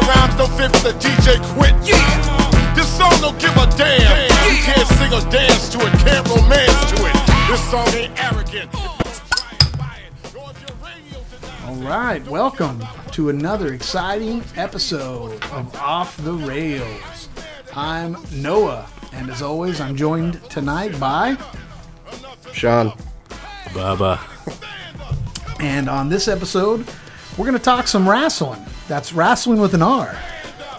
fifth, the DJ quit. Yeah. This song don't give a damn. You can't sing or dance to it, can't romance to it. This song ain't arrogant. All right, welcome to another exciting episode of Off the Rails. I'm Noah, and as always, I'm joined tonight by. Sean. Bubba. And on this episode, we're going to talk some wrestling. That's wrestling with an R.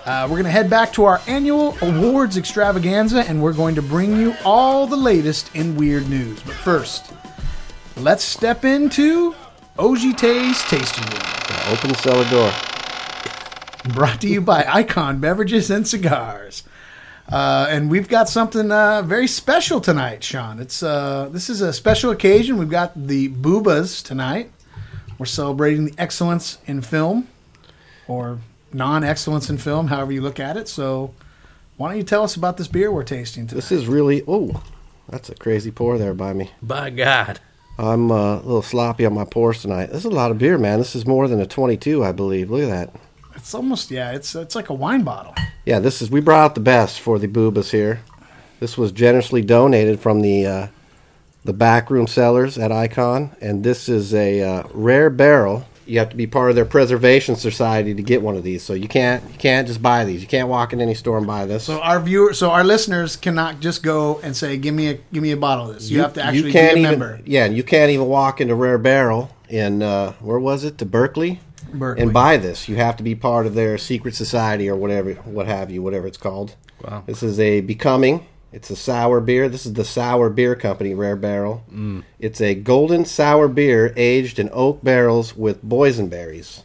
Uh, we're going to head back to our annual awards extravaganza, and we're going to bring you all the latest in weird news. But first, let's step into Ojite's Tasting Room, Open the cellar door. brought to you by Icon Beverages and Cigars. Uh, and we've got something uh, very special tonight, Sean. It's uh, this is a special occasion. We've got the Boobas tonight. We're celebrating the excellence in film, or non-excellence in film, however you look at it. So, why don't you tell us about this beer we're tasting today? This is really oh, that's a crazy pour there by me. By God. I'm uh, a little sloppy on my pours tonight. This is a lot of beer, man. This is more than a 22, I believe. Look at that. It's almost yeah. It's it's like a wine bottle. Yeah, this is we brought out the best for the boobas here. This was generously donated from the uh, the backroom sellers at Icon, and this is a uh, rare barrel. You have to be part of their preservation society to get one of these, so you can't you can't just buy these. You can't walk in any store and buy this. So our viewer, so our listeners cannot just go and say, "Give me a give me a bottle of this." You, have to actually be a member. Even, yeah, and you can't even walk into Rare Barrel in uh, where was it? To Berkeley, Berkeley. and buy this. You have to be part of their secret society or whatever, what have you, whatever it's called. Wow. This is a becoming. It's a sour beer. This is the Sour Beer Company, Rare Barrel. Mm. It's a golden sour beer aged in oak barrels with boysenberries.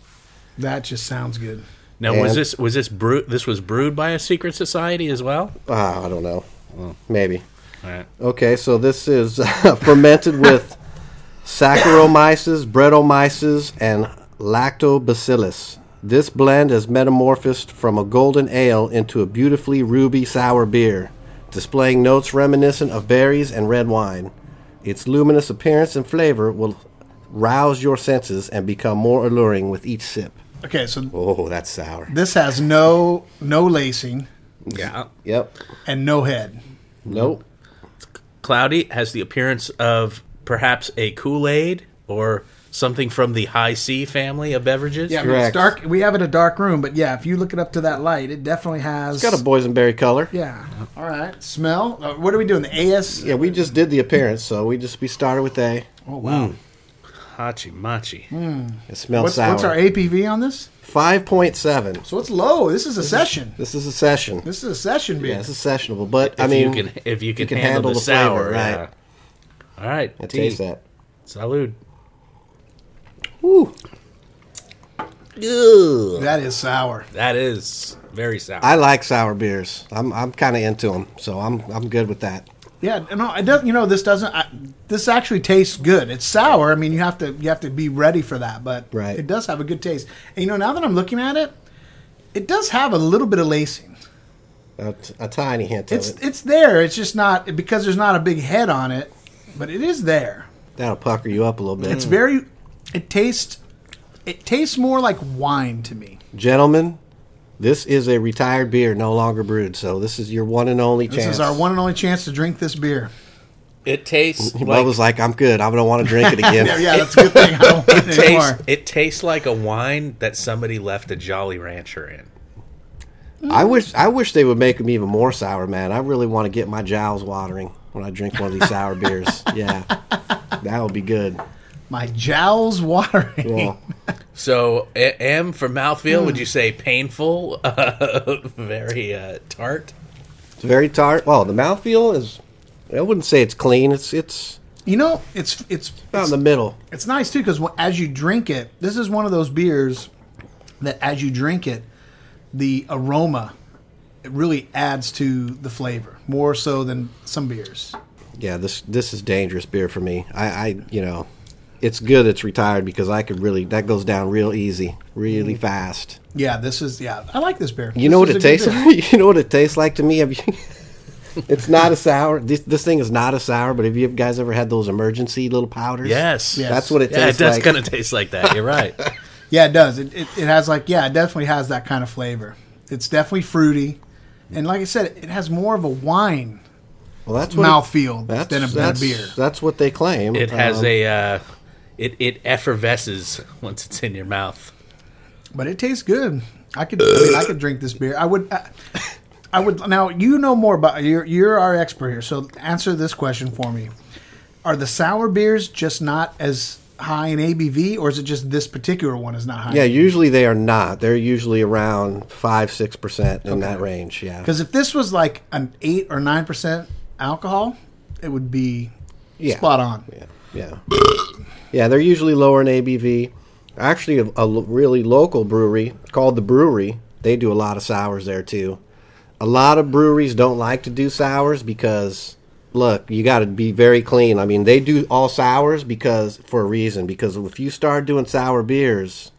That just sounds good. Now was And- this was this brewed this was brewed by a secret society as well? Ah, I don't know. Maybe. All right. Okay, so this is fermented with Saccharomyces, Brettanomyces, and Lactobacillus. This blend is metamorphosed from a golden ale into a beautifully ruby sour beer, displaying notes reminiscent of berries and red wine. Its luminous appearance and flavor will rouse your senses and become more alluring with each sip. Okay, so Oh, that's sour. this has no no lacing Yeah. Yep. and no head. Nope. Cloudy has the appearance of perhaps a Kool-Aid or something from the high C family of beverages. Yeah, I mean, it's Correct. dark. We have it a dark room, but yeah, if you look it up to that light, it definitely has. Got a boysenberry color. yeah. All right. Smell. Uh, what are we doing? The AS. Yeah, we just did the appearance, so we just we started with a. Oh wow. Hmm. Hachi machi. It smells What's, sour. what's our APV on this? Five point seven. So it's low. This is a session. This is a session. This is a session beer. Yeah, this is sessionable, but I If mean, you can if you can, can handle, handle the, the flavor, sour. right. yeah. All right. I tea. taste that. Salud. Ooh. that is sour. That is very sour. I like sour beers. I'm I'm kind of into them, so I'm I'm good with that. Yeah, no, it doesn't. You know, this doesn't. I, this actually tastes good. It's sour. I mean, you have to you have to be ready for that, but Right. it does have a good taste. And you know, now that I'm looking at it, it does have a little bit of lacing. A, t- a tiny hint of It's it. it's there. It's just not because there's not a big head on it, but it is there. That'll pucker you up a little bit. It's very. It tastes. It tastes more like wine to me. Gentlemen, this is a retired beer, no longer brewed. So this is your one and only This chance. is our one and only chance to drink this beer. it tastes He like was like, I'm good. I don't want to drink it again. Yeah, yeah, that's a good thing. I don't want it tastes, anymore. it tastes like a wine that somebody left a Jolly Rancher in. I wish I wish they would make them even more sour, man. I really want to get my jowls watering when I drink one of these sour beers. Yeah, that would be good. My jowls watering. Yeah. So a- M for mouthfeel, would you say painful, uh, very uh, tart? It's very tart. Well, the mouthfeel is. I wouldn't say it's clean. It's it's You know, it's it's about in the middle. It's nice too because as you drink it, this is one of those beers that as you drink it, the aroma it really adds to the flavor more so than some beers. Yeah, this this is dangerous beer for me. I, I you know, it's good. It's retired because I could really that goes down real easy, really fast. Yeah, this is yeah. I like this beer. You know what it tastes like? You know what it tastes like to me? Have you, it's not a sour. This, this thing is not a sour, but have you guys ever had those emergency little powders? Yes. Yeah. That's what it Yeah, it tastes does like. kind of taste like that. You're right. Yeah, it does. It, it, it has like yeah, it definitely has that kind of flavor. It's definitely fruity, and like I said, it has more of a wine. Well, that's what mouthfeel than a, than a that's, beer. That's what they claim. It has Um, a uh, it it effervesces once it's in your mouth. But it tastes good. I could I, mean, I could drink this beer. I would. I, I would now. You know more about you're you're our expert here. So answer this question for me: Are the sour beers just not as high in ABV, or is it just this particular one is not high? Yeah, usually they are not. They're usually around five, six percent in that range. Yeah, Because if this was like an eight or nine percent alcohol, it would be Yeah. spot on. yeah, yeah, yeah. They're usually lower in ABV. Actually, a, a lo- really local brewery called the Brewery. They do a lot of sours there too. A lot of breweries don't like to do sours because look, you got to be very clean. I mean, they do all sours because for a reason. Because if you start doing sour beers,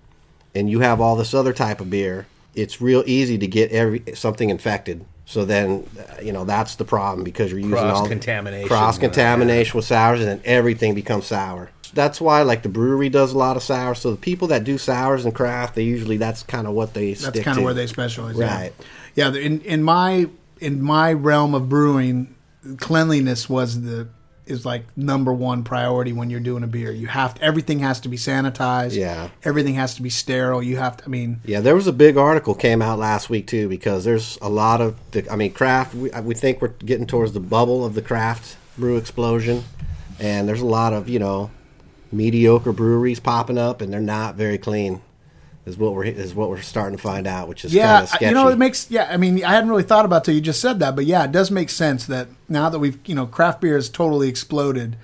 and you have all this other type of beer, it's real easy to get every something infected. So then, uh, you know, that's the problem because you're using all Cross-contamination. cross contamination with sours, and then everything becomes sour. That's why, like, the brewery does a lot of sours. So the people that do sours and craft, they usually that's kind of what they That's stick kind to. of where they specialize. yeah. Right. Yeah. the- In in my in my realm of brewing, cleanliness was the is like number one priority when you're doing a beer. You have to, everything has to be sanitized. Yeah. Everything has to be sterile. You have to. I mean, Yeah, there was a big article came out last week too because there's a lot of the. I mean, craft. We, we think we're getting towards the bubble of the craft brew explosion, and there's a lot of you know mediocre breweries popping up, and they're not very clean. Is what we're is what we're starting to find out, which is kind yeah. of I- sketchy. You know, it makes. Yeah. I mean, I hadn't really thought about it till you just said that, but yeah, it does make sense that now that we've you know craft beer has totally exploded,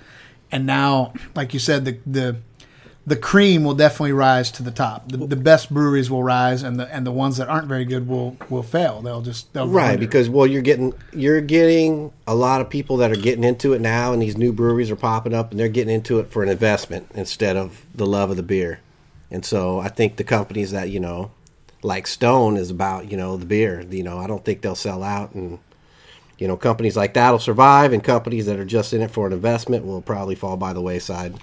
and now like you said the the. The cream will definitely rise to the top. The, the best breweries will rise, and the and the ones that aren't very good will will fail. They'll just they'll go right under. because well you're getting you're getting a lot of people that are getting into it now and these new breweries are popping up and they're getting into it for an investment instead of the love of the beer and so i think the companies that you know like stone is about you know the beer you know i don't think they'll sell out and you know companies like that will survive and companies that are just in it for an investment will probably fall by the wayside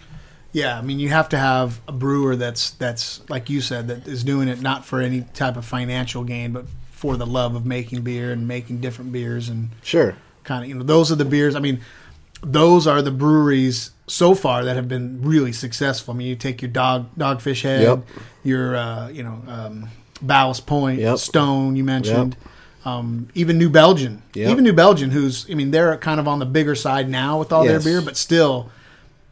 Yeah, I mean, you have to have a brewer that's that's like you said that is doing it not for any type of financial gain, but for the love of making beer and making different beers and sure kind of you know those are the beers. I mean, those are the breweries so far that have been really successful. I mean, you take your dog Dogfish Head, Yep. your uh, you know um, Ballast Point, Yep. Stone you mentioned. Um, even New Belgian, Yep. even New Belgian, who's I mean, they're kind of on the bigger side now with all Yes. their beer, but still,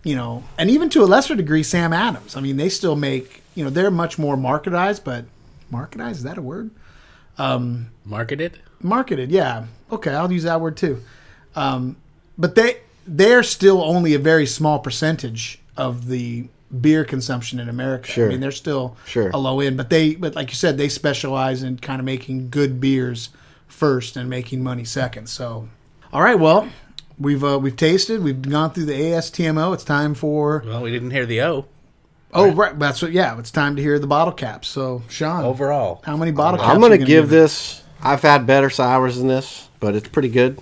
you know, and even to a lesser degree, Sam Adams. I mean, they still make, you know, they're much more marketized, but marketized is that a word? Marketed. Marketed, yeah. Okay, I'll use that word too. Um, but they they're still only a very small percentage of the beer consumption in America. Sure. I mean, they're still Sure. a low end, but they but like you said, they specialize in kind of making good beers first and making money second. So, all right, well. We've uh, we've tasted. We've gone through the ASTMO. It's time for Well, we didn't hear the O Oh, right. That's what, yeah. It's time to hear the bottle caps. So, Sean, overall. how many bottle caps? I'm going gonna to give this. I've had better sours than this, but it's pretty good.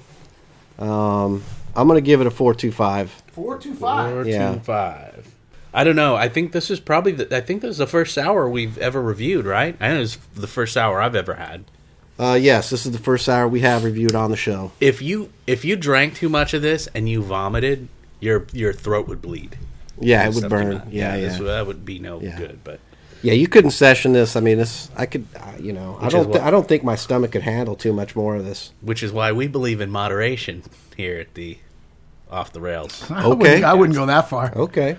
Um, I'm gonna give it a four two five. four two five. Four, Yeah. two, five. I don't know. I think this is probably the, I think this is the first sour we've ever reviewed, right? I know it's the first sour I've ever had. Uh, yes, this is the first sour we have reviewed on the show. If you if you drank too much of this and you vomited, your your throat would bleed. Yeah, it would Something burn. like- Yeah, this- yeah, that would be no Yeah. good. But yeah. You couldn't session this. I mean, this I could. Uh, you know, I Which don't. is Th- what- I don't think my stomach could handle too much more of this. which is why we believe in moderation here at the off the rails. I wouldn't, Okay. I wouldn't go that far. Okay.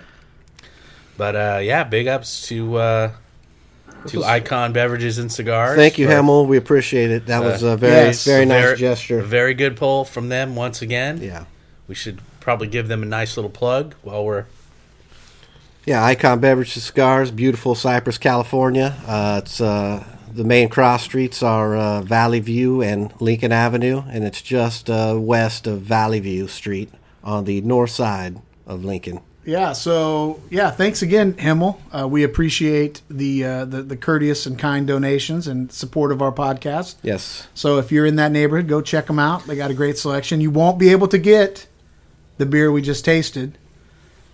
But uh, yeah, big ups to uh, to Icon Beverages and Cigars. Thank you, for Hamill. We appreciate it. That was a very, yes, very Uh, a nice ver- gesture. a very good poll from them once again. yeah. we should probably give them a nice little plug while we're Yeah, Icon Beverage and Cigars, beautiful Cypress, California. Uh, it's uh, the main cross streets are uh, Valley View and Lincoln Avenue, and it's just uh, west of Valley View Street on the north side of Lincoln. Yeah. So, yeah. Thanks again, Himmel. Uh, we appreciate the, uh, the the courteous and kind donations and support of our podcast. Yes, So, if you're in that neighborhood, go check them out. They got a great selection. You won't be able to get the beer we just tasted.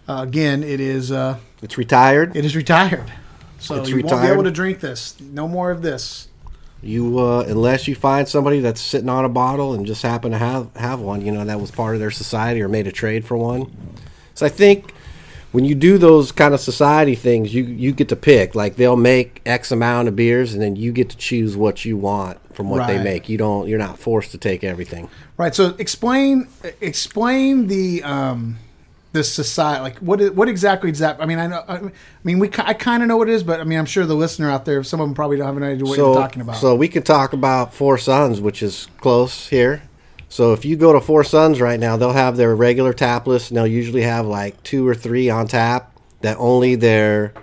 Uh, again, it is uh, it's retired. it is retired, so It's you won't be able retired. to drink this. No more of this. You uh, unless you find somebody that's sitting on a bottle and just happen to have have one, you know that was part of their society or made a trade for one. So I think when you do those kind of society things, you you get to pick. Like they'll make X amount of beers, and then you get to choose what you want from what they Right. make. You don't you're not forced to take everything. Right. So explain explain the um the society like what i- what exactly is that? I mean, I know. I mean, we ki- I kind of know what it is, but I mean, I'm sure the listener out there, some of them probably don't have an idea what you're talking about. So we could talk about Four Sons, which is close here. So if you go to Four Sons right now, they'll have their regular tap list, and they'll usually have like two or three on tap that only their,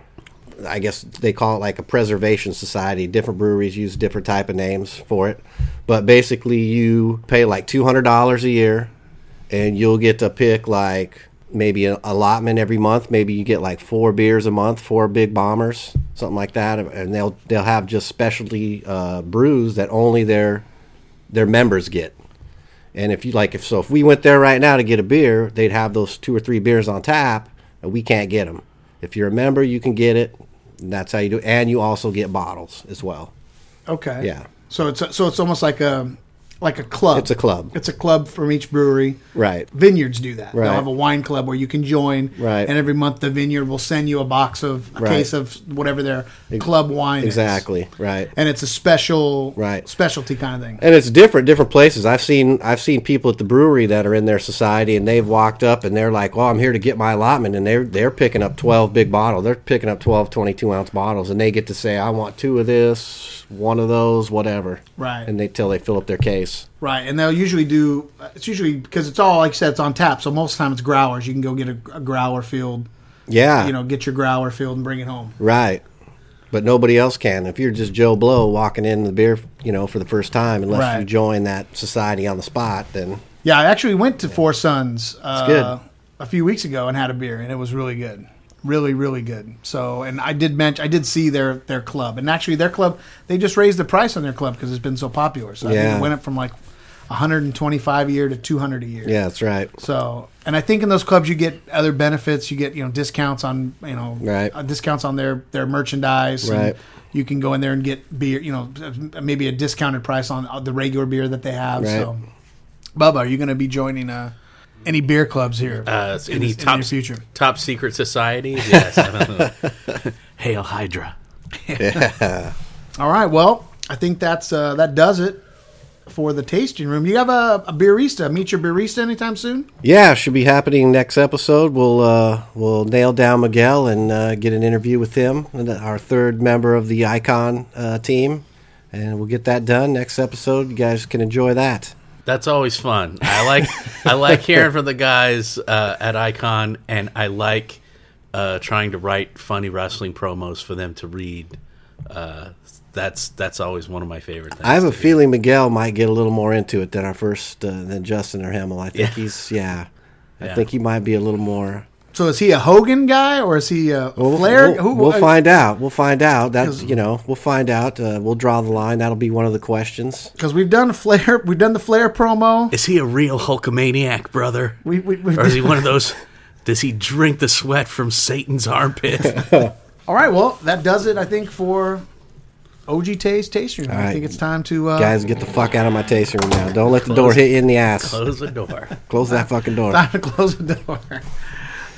I guess they call it like a preservation society. Different breweries use different type of names for it, but basically you pay like two hundred dollars a year, and you'll get to pick like maybe an allotment every month. Maybe you get like four beers a month, four big bombers, something like that, and they'll they'll have just specialty uh, brews that only their their members get. And if you like, if so, if we went there right now to get a beer, they'd have those two or three beers on tap, and we can't get them. If you're a member, you can get it. And that's how you do. it. And you also get bottles as well. okay. yeah. So it's so it's almost like a like a club. It's a club. It's a club from each brewery. Right. Vineyards do that. Right. They'll have a wine club where you can join. Right. And every month the vineyard will send you a box of a Right. case of whatever their club wine is. Exactly. Right. And it's a special Right. specialty kind of thing. and it's different different places i've seen i've seen people at the brewery that are in their society and they've walked up and they're like well i'm here to get my allotment and they're they're picking up 12 big bottle they're picking up 12 22 ounce bottles and they get to say i want two of this one of those whatever Right. and they till they fill up their case Right, and they'll usually do. It's usually because it's all like you said, it's on tap. So most of the time it's growlers. You can go get a, a growler filled. yeah You know, get your growler filled and bring it home. right but nobody else can if you're just joe blow walking in the beer you know for the first time unless Right. you join that society on the spot then Yeah, I actually went to Four Sons uh, good. a few weeks ago and had a beer, and it was really good, really, really good. So, and I did mention, I did see their their club, and actually their club, they just raised the price on their club because it's been so popular. So I think Yeah. it went up from like 125 a year to 200 a year. yeah that's right So, and I think in those clubs you get other benefits. You get you know discounts on you know Right. uh, discounts on their their merchandise. and Right. you can go in there and get beer. You know, uh, maybe a discounted price on uh, the regular beer that they have. So, Bubba, are you going to be joining uh, any beer clubs here? Uh, in any the- in the top near future? top secret societies? Yes. Hail Hydra. All right. Well, I think that's uh, that does it for the tasting room. You have a, a beerista. Meet your beerista anytime soon. Yeah, should be happening next episode. We'll uh, we'll nail down Miguel and uh, get an interview with him, and uh, our third member of the Icon uh, team, and we'll get that done next episode. You guys can enjoy that. That's always fun. I like I like hearing from the guys uh, at Icon, and I like uh, trying to write funny wrestling promos for them to read. Uh, that's that's always one of my favorite things. I have a feeling Miguel might get a little more into it than our first uh, than Justin or Hamill. I think Yeah. he's yeah, I Yeah. think he might be a little more. So is he a Hogan guy or is he a Flair? We'll, Who- we'll uh, find out. We'll find out. That's you know we'll find out. Uh, we'll draw the line. That'll be one of the questions. because we've done Flair, we've done the Flair promo. is he a real Hulkamaniac, brother? We, we, we or is he one of those? Does he drink the sweat from Satan's armpit? All right, well, that does it, I think, for OG Tay's Tasting Room. I right. think it's time to. Uh, Guys, get the fuck out of my tasting room now. Don't let the door hit you in the ass. Close the door. Close that fucking door. Time to close the door.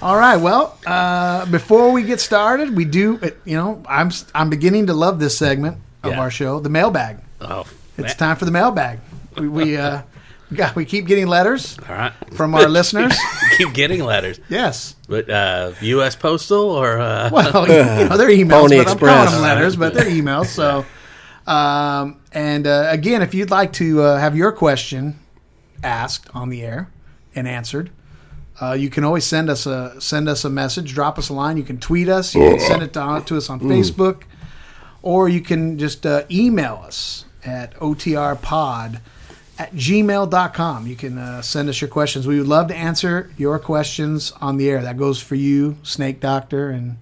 All right. Well, uh, before we get started, we do. it- You know, I'm s- I'm beginning to love this segment of Yeah. our show, the mailbag. Oh, It's time for the mailbag. We we uh, we got we keep getting letters all right. from our listeners. Keep getting letters, Yes. but uh, U.S. Postal or uh, Well, you know, they're emails. Pony but I'm calling Express. them letters, but they're emails. So, um, and uh, again, if you'd like to uh, have your question asked on the air and answered, uh, you can always send us a send us a message, drop us a line. You can tweet us. You can Oh. send it to, to us Mm. on Facebook, or you can just uh, email us at otrpod at gmail.com. You can uh, send us your questions. We would love to answer your questions on the air. That goes for you, Snake Doctor, and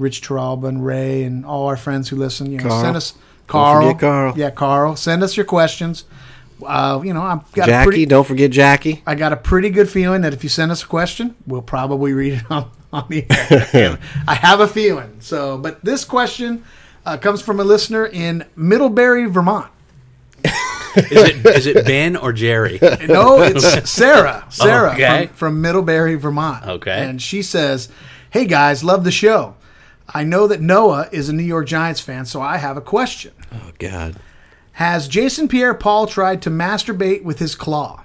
Rich Taralba and Ray and all our friends who listen. You know, Carl. send us Don't Carl. forget Carl. Yeah, Carl. Send us your questions. Uh, you know, I've got Jackie, a pretty, don't forget Jackie. I got a pretty good feeling that if you send us a question, we'll probably read it on, on the air. I have a feeling. So, but this question Uh, comes from a listener in Middlebury, Vermont. Is it is it Ben or Jerry? No, it's Sarah. Sarah Okay. from, from Middlebury, Vermont. Okay. And she says, Hey guys, love the show. I know that Noah is a New York Giants fan, so I have a question. Oh God. Has Jason Pierre Paul tried to masturbate with his claw?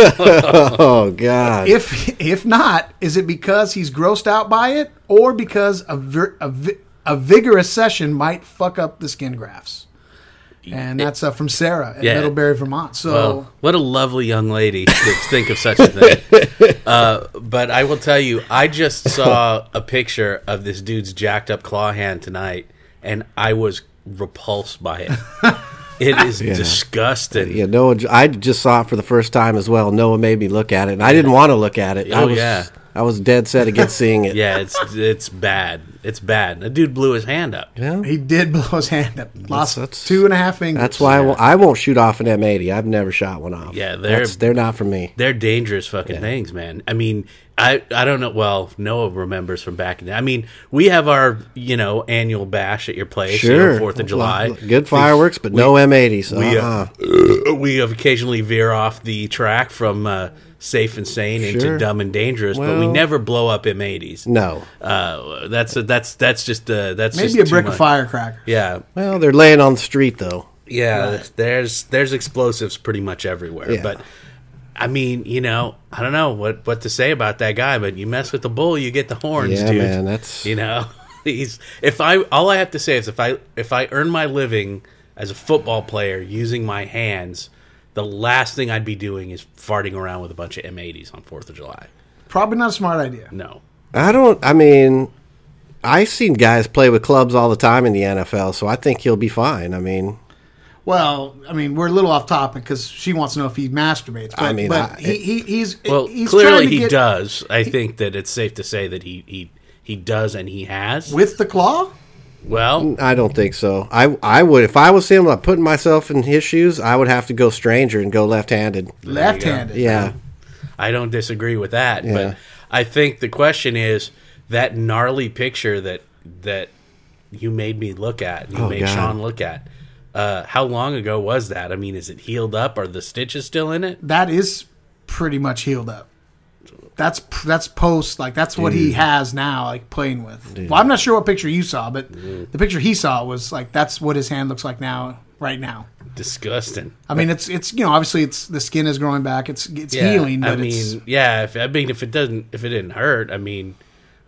Oh God. If if not, is it because he's grossed out by it or because a, vir- a, vi- a vigorous session might fuck up the skin grafts? And that's uh, from Sarah at Yeah. Middlebury, Vermont. So, Oh, what a lovely young lady to think of such a thing. Uh, but I will tell you, I just saw a picture of this dude's jacked up claw hand tonight, and I was repulsed by it. It is disgusting. yeah, Noah. I just saw it for the first time as well. Noah made me look at it, and I didn't want to look at it. I Oh, was, yeah. I was dead set against seeing it. Yeah, it's it's bad. It's bad. The dude blew his hand up. he did blow his hand up. Lost that's- two and a half fingers. That's why I, won't, I won't shoot off an M80. I've never shot one off. Yeah, they're- That's- they're not for me. They're dangerous fucking things, man. I mean, I I don't know. Well, Noah remembers from back in. The, I mean, we have our you know annual bash at your place, you know, Sure, Fourth of July. Good fireworks, but no M80s. Uh-uh. We, uh, Uh-huh. we have occasionally veer off the track from uh, safe and sane into Sure. dumb and dangerous, but we Well- never blow up M80s. no. Uh, that's that's that's just uh, that's just Maybe a too brick much. of firecracker. Yeah, Well, they're laying on the street though. yeah. There's there's explosives pretty much everywhere, Yeah. but. I mean, you know, I don't know what, what to say about that guy, but you mess with the bull, you get the horns, Yeah, dude. man, that's- you know, he's if I all I have to say is if I if I earn my living as a football player using my hands, the last thing I'd be doing is farting around with a bunch of M80s on Fourth of July. Probably not a smart idea. No, I don't. I mean, I've seen guys play with clubs all the time in the NFL, so I think he'll be fine. I mean, Well, I mean, we're a little off topic because she wants to know if he masturbates. But, I mean, but I- he, he, he's well, he's trying clearly to he get- does. I think that it's safe to say that he he he does and he has. with the claw. well, I don't think so. I I would if I was him, like putting myself in his shoes, I would have to go stranger and go left-handed. Left-handed. Yeah, I don't disagree with that, Yeah. but I think the question is that gnarly picture that that you made me look at, you Oh, made God. Sean look at. Uh, how long ago was that? I mean, is it healed up? Are the stitches still in it? That is pretty much healed up. That's that's post like that's what he has now, like playing with. Well, I'm not sure what picture you saw, but the picture he saw was like that's what his hand looks like now, right now. Disgusting. I mean, it's it's you know obviously it's the skin is growing back, it's it's Yeah, healing, but I mean, it's, yeah. If I mean, if it doesn't, if it didn't hurt, I mean,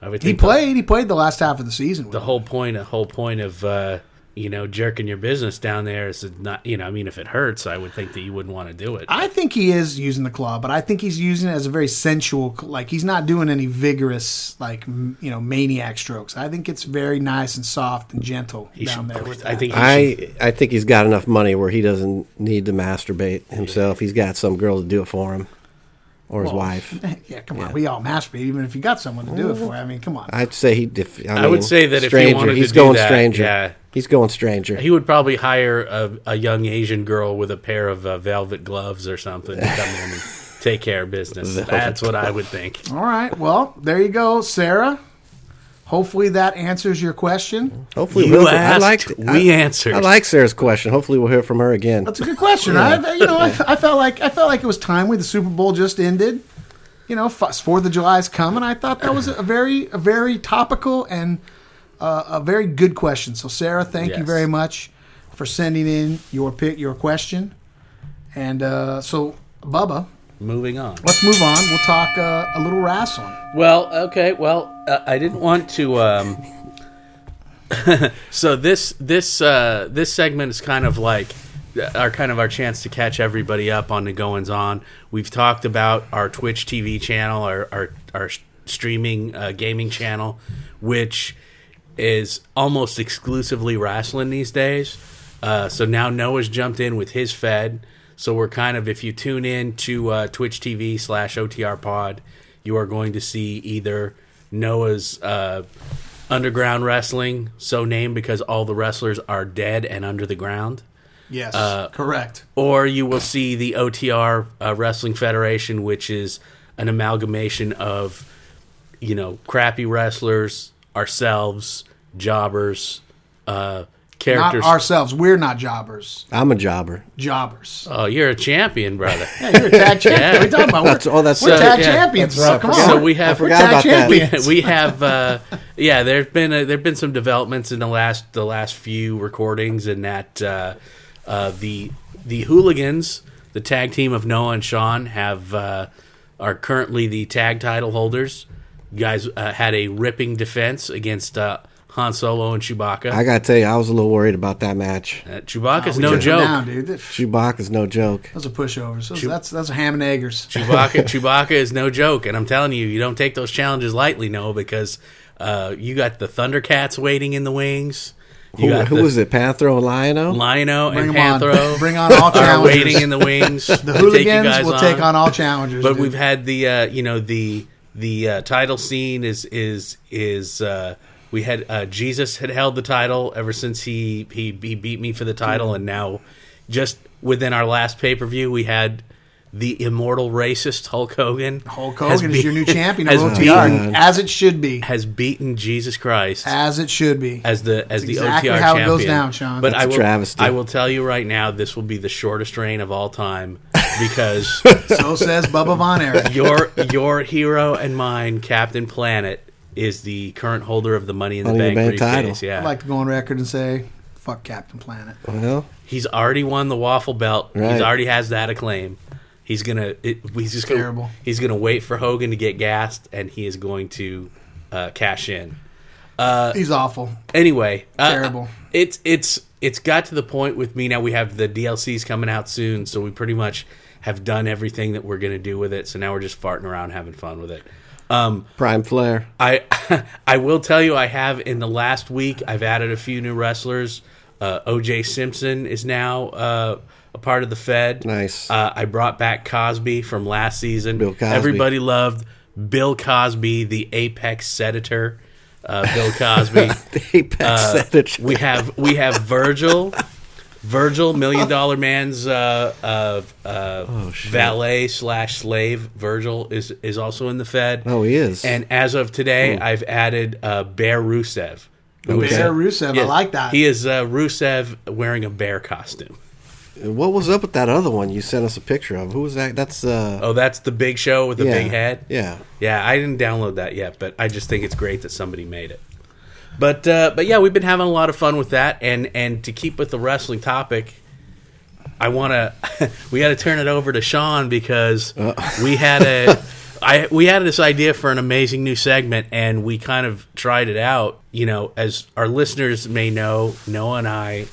I would he think played he played the last half of the season. With the whole point. The whole point of uh, you know jerking your business down there is to not. You know, I mean, if it hurts, I would think that you wouldn't want to do it. I think he is using the claw, but I think he's using it as a very sensual, like he's not doing any vigorous, like m- you know, maniac strokes. I think it's very nice and soft and gentle He down should- there. With I that. think he should- I I think he's got enough money where he doesn't need to masturbate himself. He's got some girl to do it for him, or his wife. yeah, come on, we all masturbate, even if you got someone to do it for. I mean, come on. I'd say he. If, I, I would mean, say that if he wanted to he's do going that, stranger. yeah. He's going stranger. He would probably hire a, a young Asian girl with a pair of uh, velvet gloves or something to come in and take care of business. That's what I would think. all right, well, there you go, Sarah. Hopefully that answers your question. Hopefully, You we'll, asked, liked- we I- answered. I like Sarah's question. Hopefully, we'll hear from her again. That's a good question. I, you know, I, I felt like I felt like it was timely. The Super Bowl just ended. You know, F- Fourth of July is coming. I thought that was a very, a very topical and uh, a very good question. So, Sarah, thank you Yes. very much for sending in your pick, your question. And uh, so, Bubba, Moving on. let's move on. We'll talk uh, a little wrestling. Well, okay. Well, uh, I didn't want to. Um, so this this uh, this segment is kind of like uh, our kind of our chance to catch everybody up on the goings on. We've talked about our Twitch TV channel, our our, our streaming uh, gaming channel, which is almost exclusively wrestling these days. Uh, so now Noah's jumped in with his Fed. So we're kind of, if you tune in to uh, Twitch TV slash OTR Pod, you are going to see either Noah's uh, underground wrestling, so named because all the wrestlers are dead and under the ground, Uh, Yes, correct. or you will see the OTR uh, Wrestling Federation, which is an amalgamation of, you know, crappy wrestlers, ourselves, jobbers, uh, Not characters. ourselves. We're not jobbers. I'm a jobber. Jobbers. oh, you're a champion, brother. Yeah, you're a tag champion. What are you talking about? We're, That's- oh, that's we're so- tag yeah. champions. That's So right. come I on. forgot. So we have I forgot Tag about that. champion. we, we have uh, yeah there've been a, there've been some developments in the last the last few recordings and that uh, uh, the the hooligans the tag team of Noah and Sean have uh, are currently the tag title holders you guys uh, had a ripping defense against uh, Han Solo and Chewbacca I gotta tell you, I was a little worried about that match. uh, Chewbacca's Ah, We no took them joke down, dude. That Chewbacca's no joke. was a pushover. So that's that's a ham and eggers. Chewbacca, Chewbacca is no joke, and I'm telling you, you don't take those challenges lightly, no, because uh, you got the Thundercats waiting in the wings. You Who, got who the was it? Panthro and Liono? Lino Bring and 'em on. Panthro Bring on all are challenges. waiting in the wings. the hooligans will take on all challengers. But dude. we've had the uh, you know the the uh, title scene is is is uh, we had uh, Jesus had held the title ever since he he, he beat me for the Mm-hmm. title, and now just within our last pay per view we had. The immortal racist Hulk Hogan. Hulk has Hogan is beat- your new champion of has OTR, beaten- as it should be. has beaten Jesus Christ As it should be. as the as the exactly OTR how it champion. goes down, Sean. But That's I a will travesty. I will tell you right now, this will be the shortest reign of all time because so says Bubba Von Erich. your your hero and mine, Captain Planet, is the current holder of the Money in the Money Bank, in the Bank briefcase. title. Yeah, I'd like to go on record and say, fuck Captain Planet. Well, he's already won the waffle belt. Right. He's already has that acclaim. He's gonna. It, he's just gonna, Terrible. He's gonna wait for Hogan to get gassed, and he is going to uh, cash in. Uh, He's awful. anyway, uh, Terrible. it's it's it's got to the point with me now. We have the DLCs coming out soon, so we pretty much have done everything that we're gonna do with it. So now we're just farting around, having fun with it. Um, Prime Flair. I I will tell you, I have in the last week. I've added a few new wrestlers. Uh, OJ Simpson is now uh, a part of the Fed. Nice. Uh, I brought back Cosby from last season. Bill Cosby. Everybody loved Bill Cosby, the apex senator. Uh, Bill Cosby. Apex Uh, Senator. we have we have Virgil, Virgil, Million Dollar Man's uh, uh, uh, Oh, valet slash slave. Virgil is is also in the Fed. Oh, he is. Hmm. And as of today, I've added uh, Bear Rusev. who is Bear a- Rusev, I like that. He is uh, Rusev wearing a bear costume. what was up with that other one you sent us a picture of? Who was that? That's uh Oh, that's the Big Show with the yeah. big head. Yeah. Yeah, I didn't download that yet, but I just think it's great that somebody made it. But uh, but yeah, we've been having a lot of fun with that, and and to keep with the wrestling topic, I want to we got to turn it over to Sean because Uh. we had a I we had this idea for an amazing new segment, and we kind of tried it out. You know, as our listeners may know, Noah and I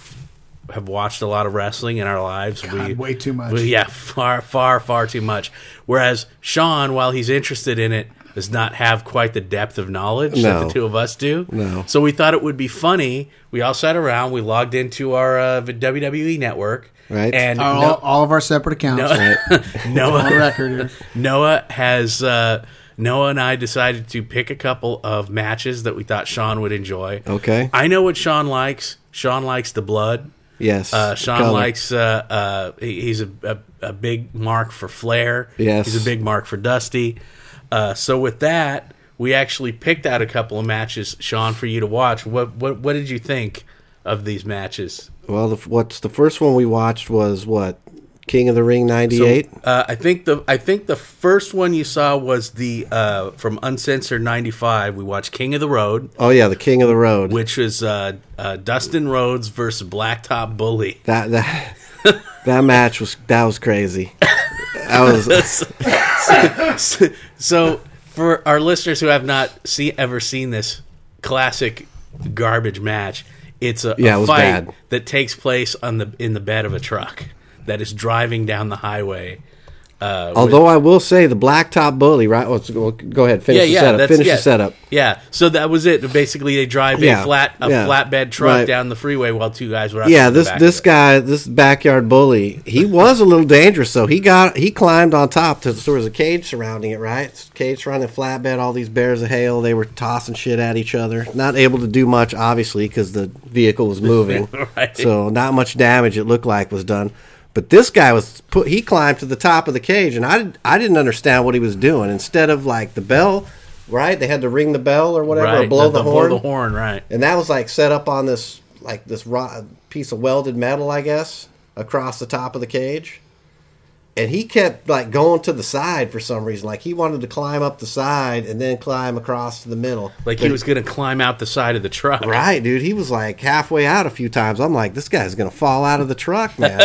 have watched a lot of wrestling in our lives. we way too much. we- yeah, far, far, far too much. Whereas Sean, while he's interested in it, does not have quite the depth of knowledge that No. the two of us do. No. So we thought it would be funny. We all sat around. We logged into our uh, WWE network. Right. And All, No- all of our separate accounts. On Noah, record here. Noah has uh, Noah and I decided to pick a couple of matches that we thought Sean would enjoy. Okay. I know what Sean likes. Sean likes the blood. Yes. Uh, Sean Color. likes. Uh, uh, he- he's a, a, a big mark for Flair. Yes. he's a big mark for Dusty. Uh, so with that, we actually picked out a couple of matches, Sean, for you to watch. What what what did you think of these matches? Well, the, f- what's the first one we watched was what? King of the Ring So, 98. uh, I think the I think the first one you saw was the uh, from Uncensored '95. We watched King of the Road, oh yeah, the King of the Road. which is uh, uh, Dustin Rhodes versus Blacktop Bully. that that that match was that was crazy. That was so, so for our listeners who have not see, ever seen this classic garbage match, it's a, a Yeah, it was fight bad. that takes place on the in the bed of a truck that is driving down the highway. Uh, with- Although I will say the blacktop bully, right? Let's go, go ahead, finish yeah, the yeah, setup. that's- Finish yeah. the setup. Yeah, so that was it. Basically, they drive Yeah, a flat a yeah, flatbed truck right. down the freeway while two guys were out Yeah, in the this back this of it. guy, this backyard bully, he was a little dangerous. So he got he climbed on top. To, there was a cage surrounding it, right? Cage surrounding the flatbed. All these bears of hail. They were tossing shit at each other. Not able to do much, obviously, because the vehicle was moving. Right. So not much damage. It looked like was done. But this guy was put. He climbed to the top of the cage, and I did, I didn't understand what he was doing. Instead of like the bell, right? They had to ring the bell or whatever, right, or blow the, horn blow the horn, right? and that was like set up on this like this ro- piece of welded metal, I guess, across the top of the cage. And he kept like going to the side for some reason. Like he wanted to climb up the side and then climb across to the middle. Like he was going to climb out the side of the truck. Right, dude. He was like halfway out a few times. I'm like, this guy's gonna fall out of the truck, man.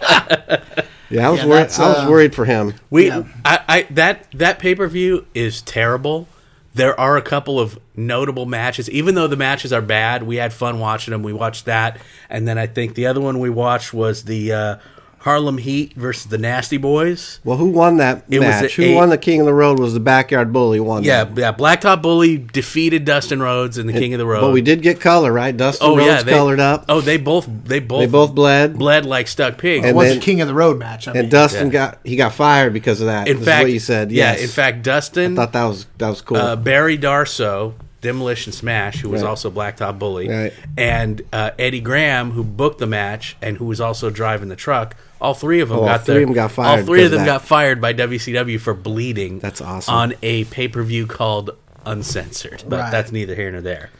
yeah, I was Yeah, worried. that's, I was uh, worried for him. We, Yeah. I, I, that that pay per view is terrible. There are a couple of notable matches, even though the matches are bad. We had fun watching them. We watched that, and then I think the other one we watched was the uh, Harlem Heat versus the Nasty Boys. Well, who won that It was match? a- who won the King of the Road was the Backyard Bully. Won. Yeah, that. yeah. Blacktop Bully defeated Dustin Rhodes and the King of the Road. Oh, but we did get color right. Dustin Rhodes they, colored up. Oh, they both they both they both bled, bled like stuck pigs. It And was then- a King of the Road match. I mean, and Dustin yeah. got he got fired because of that. in is fact, what you said. Yes. yeah. In fact, Dustin thought that was that was cool. uh, Barry Darso, Demolition Smash, who was Right. also Blacktop Bully, Right. and uh, Eddie Graham, who booked the match and who was also driving the truck. All three of them Oh, all got three their- of 'em got All fired three because of them of that. got fired by WCW for bleeding. That's awesome. On a pay per view called Uncensored, but Right. that's neither here nor there.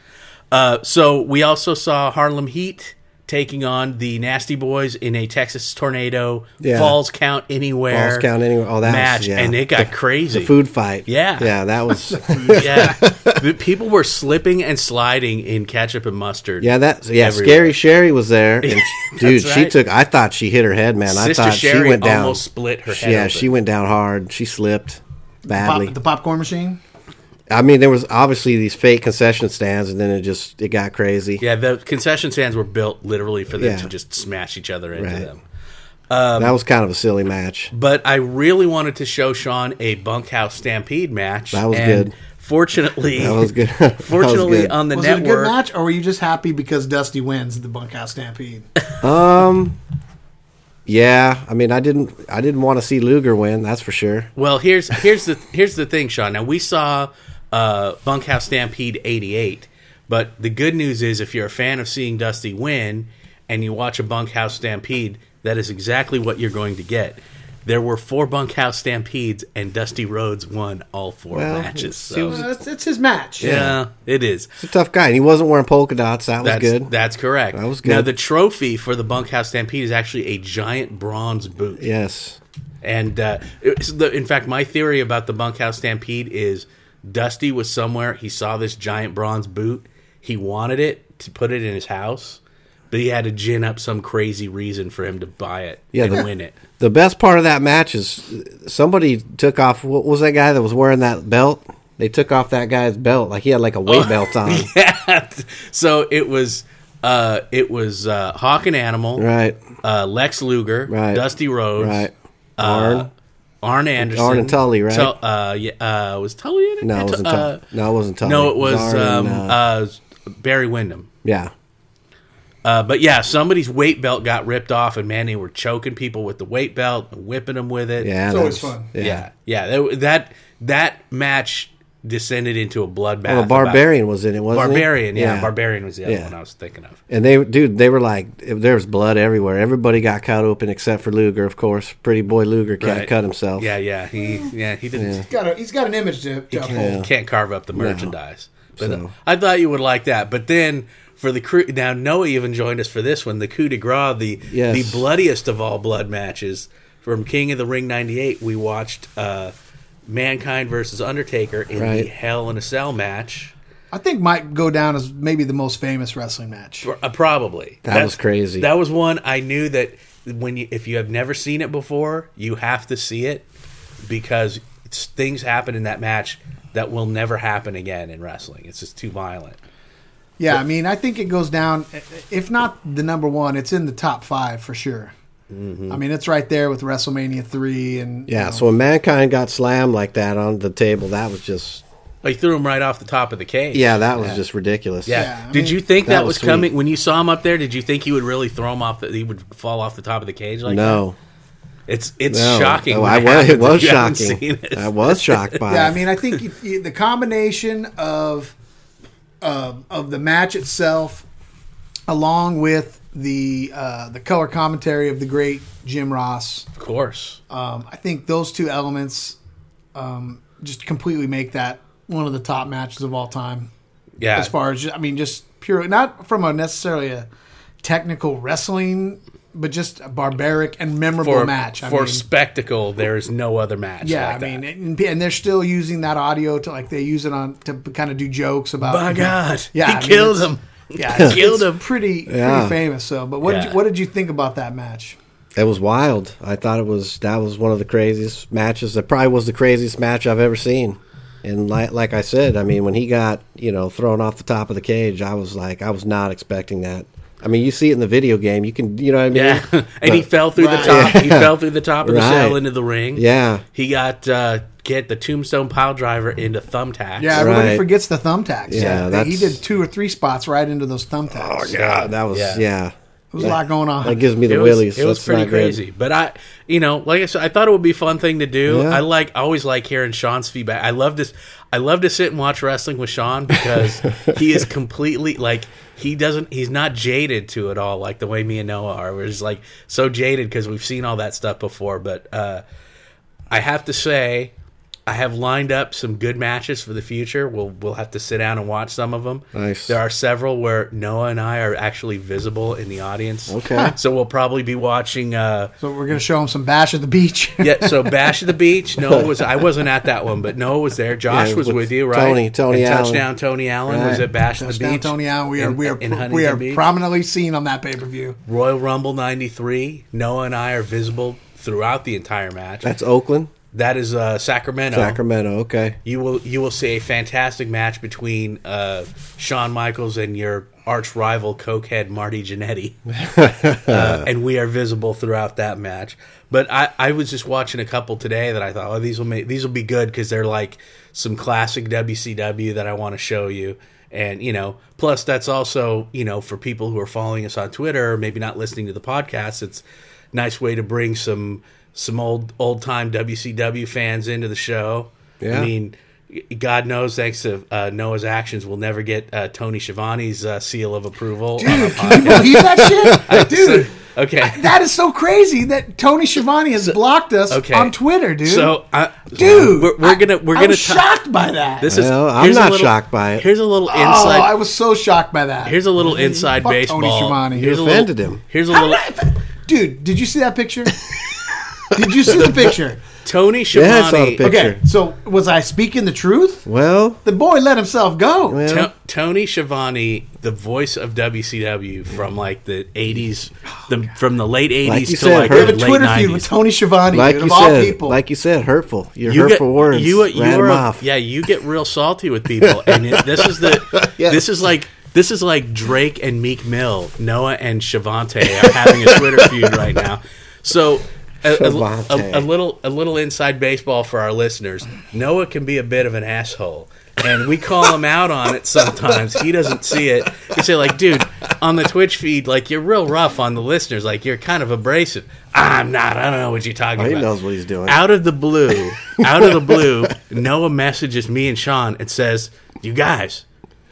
Uh, so we also saw Harlem Heat taking on the Nasty Boys in a Texas tornado Yeah. falls count anywhere Falls Count Anywhere. Oh, that was- match, yeah. and it got crazy. the food fight. Yeah. yeah, that was. yeah, The people were slipping and sliding in ketchup and mustard. Yeah, that yeah. Everywhere. Scary Sherry was there, and dude, she right. took. I thought she hit her head, man. Sister I thought Sherry she went down. almost split her head. yeah, open. she went down hard. She slipped badly. pop, the popcorn machine. I mean, there was obviously these fake concession stands, and then it just it got crazy. Yeah, the concession stands were built literally for them Yeah. to just smash each other into Right. them. that was kind of a silly match. But I really wanted to show Sean a bunkhouse stampede match. That was and good. Fortunately, That was good. That was fortunately, good. on the Was network, it a good match, or were you just happy because Dusty wins the Bunkhouse Stampede? Yeah, I mean, I didn't I didn't want to see Luger win. That's for sure. Well, here's here's the here's the thing, Sean. Now we saw uh, Bunkhouse Stampede '88, but the good news is if you're a fan of seeing Dusty win and you watch a Bunkhouse Stampede, that is exactly what you're going to get. There were four Bunkhouse Stampedes, and Dusty Rhodes won all four Well, matches. he so- was- Well, it's, it's his match. yeah, it is. He's a tough guy, and he wasn't wearing polka dots. That was That's good. That's correct. That was Now good. the trophy for the Bunkhouse Stampede is actually a giant bronze boot. yes, And uh, it's the, in fact, my theory about the bunkhouse stampede is Dusty was somewhere. He saw this giant bronze boot. He wanted it to put it in his house, but he had to gin up some crazy reason for him to buy it Yeah, and the- win it. the best part of that match is somebody took off. What was that guy that was wearing that belt? They took off that guy's belt. Like he had like a Oh. weight belt on. yeah. So it was. Uh, it was uh, Hawk and Animal, Right. Uh, Lex Luger, Right. Dusty Rhodes, Right. Uh, Arn Anderson, Arn and Tully, right? Tul- uh, yeah, uh, was Tully in it? No, it wasn't. Tully. Uh, no, it wasn't. Tully. No, it was Arn and, um, uh, uh, Barry Windham. yeah. Uh, but yeah, somebody's weight belt got ripped off, and man, they were choking people with the weight belt and whipping them with it. Yeah, It's that always was- fun. Yeah. yeah, yeah. That that, that match descended into a bloodbath. Well, the about- barbarian was in it, wasn't he? barbarian. Yeah, barbarian was the other Yeah. one I was thinking of. And they, dude, they were like, there was blood everywhere. Everybody got cut open except for Luger, of course. Pretty boy Luger can't Right. cut himself. Yeah, yeah. He yeah he didn't He's got, a, he's got an image to, to uphold. can't carve up the merchandise. But So- I thought you would like that. But then for the crew, now Noah even joined us for this one, the coup de grace, the Yes. the bloodiest of all blood matches from King of the Ring '98. We watched uh, Mankind versus Undertaker in Right. the Hell in a Cell match. I think might go down as maybe the most famous wrestling match. Uh, probably that was crazy. That was one I knew that when you if you have never seen it before, you have to see it because it's, things happen in that match that will never happen again in wrestling. It's just too violent. Yeah, I mean, I think it goes down, if not the number one, it's in the top five for sure. I mean, it's right there with WrestleMania three and you Mm-hmm. Yeah, know, so when Mankind got slammed like that on the table, that was just, Like threw him right off the top of the cage. yeah, that was just ridiculous. Yeah. Yeah, I did mean- you think that, That was, was coming when you saw him up there? Did you think he would really throw him off? The, he would fall off the top of the cage like No. that? It's it's no. shocking. No, when I was, it happens was if you haven't shocking. seen it. I was shocked by yeah, I it. mean, I think you, you, the combination of of of the match itself, along with the uh, the color commentary of the great Jim Ross, Of course. um, I think those two elements um, just completely make that one of the top matches of all time. Yeah. as far as I mean, just pure, not from a necessarily a technical wrestling, but just a barbaric and memorable for match. I for mean, spectacle. There is no other match. yeah, like I that. mean, and, and they're still using that audio to like they use it on to kind of do jokes about. by Oh, God, Yeah, he I mean, killed it's- him. yeah, it's, Killed it's him. Pretty, pretty Yeah. famous. So, but what did Yeah. you, what did you think about that match? It was wild. I thought it was that was one of the craziest matches. That probably was the craziest match I've ever seen. And like, like I said, I mean, when he got you know thrown off the top of the cage, I was like, I was not expecting that. I mean, you see it in the video game. You can, you know what I mean? Yeah, and he But- fell through Right. the top. He fell through the top of the cell Right. into the ring. Yeah. he got uh, get the tombstone pile driver into thumbtacks. Yeah, everybody Right. forgets the thumbtacks. Yeah, Yeah, he that's- did two or three spots right into those Oh, thumbtacks. There God, that was Yeah. yeah. was a lot going on. That gives me the it was, willies. it was That's pretty not good. crazy. But I, you know, like I said, I thought it would be a fun thing to do. Yeah. I like, I always like hearing Sean's feedback. I love this. I love to sit and watch wrestling with Sean because he is completely like he doesn't. He's not jaded to it all like the way me and Noah are. We're just like so jaded because we've seen all that stuff before. But uh, I have to say, I have lined up some good matches for the future. We'll we'll have to sit down and watch some of them. Nice. There are several where Noah and I are actually visible in the audience. Okay. So we'll probably be watching. Uh, So we're gonna show him some bash at the beach. yeah. So Bash at the Beach. Noah was. I wasn't at that one, but Noah was there. Josh Yeah, was with with you, right? Tony- Tony And Allen. Touchdown. Tony Allen was Right. at Bash at the Down Beach. Tony Allen, we are in- we are in pro- we Huntington are Beach. prominently seen on that pay per view. Royal Rumble '93. Noah and I are visible throughout the entire match. That's Oakland, That is uh, Sacramento. Sacramento. Okay. You will you will see a fantastic match between uh, Shawn Michaels and your arch rival cokehead Marty Jannetty, uh, and we are visible throughout that match. But I, I was just watching a couple today that I thought, oh, these will make these will be good because they're like some classic WCW that I want to show you. And you know, plus that's also you know for people who are following us on Twitter, or maybe not listening to the podcast, it's nice way to bring some some old old time WCW fans into the show. Yeah. I mean, God knows, thanks to uh, Noah's actions, we'll never get uh, Tony Schiavone's uh, seal of approval. on our Can you believe that shit, dude? pod- okay. That is so crazy that Tony Schiavone has blocked us okay. on Twitter, dude. So, I, dude, we're, we're gonna we're I gonna was ta- shocked by that. This is Well, I'm here's a not little- shocked by it. Here's a little oh, inside. I was so shocked by that. here's a little inside Fuck Tony baseball. Schiavone. Here's You a little- offended him. Here's a How little did I- dude, did you see that picture? did you see the picture? Yeah, Tony I saw the Schiavone. pic. Okay, Picture. so was I speaking the truth? Well, The boy let himself go. well, To- Tony Schiavone, the voice of WCW from like the 80s, the, from the late 80s you to said, like her- We the have a late Twitter 90s. feud with Tony Schiavone, like dude, you of all said, people. like you said, hurtful. Your hurtful words. You, you ran were, him off. Yeah, you get real salty with people, and it, this is the this is like this is like Drake and Meek Mill, Noah and Shavante are having a Twitter feud right now. So. A, a- a- Shavante. a little a little inside baseball for our listeners. Noah can be a bit of an asshole, and we call him out on it sometimes. He doesn't see it. We say like, "Dude, on the Twitch feed, like you're real rough on the listeners. Like you're kind of abrasive." I'm not. I don't know what you're talking Oh, he about knows what he's doing. out of the blue, out of the blue, Noah messages me and Sean and says, "You guys,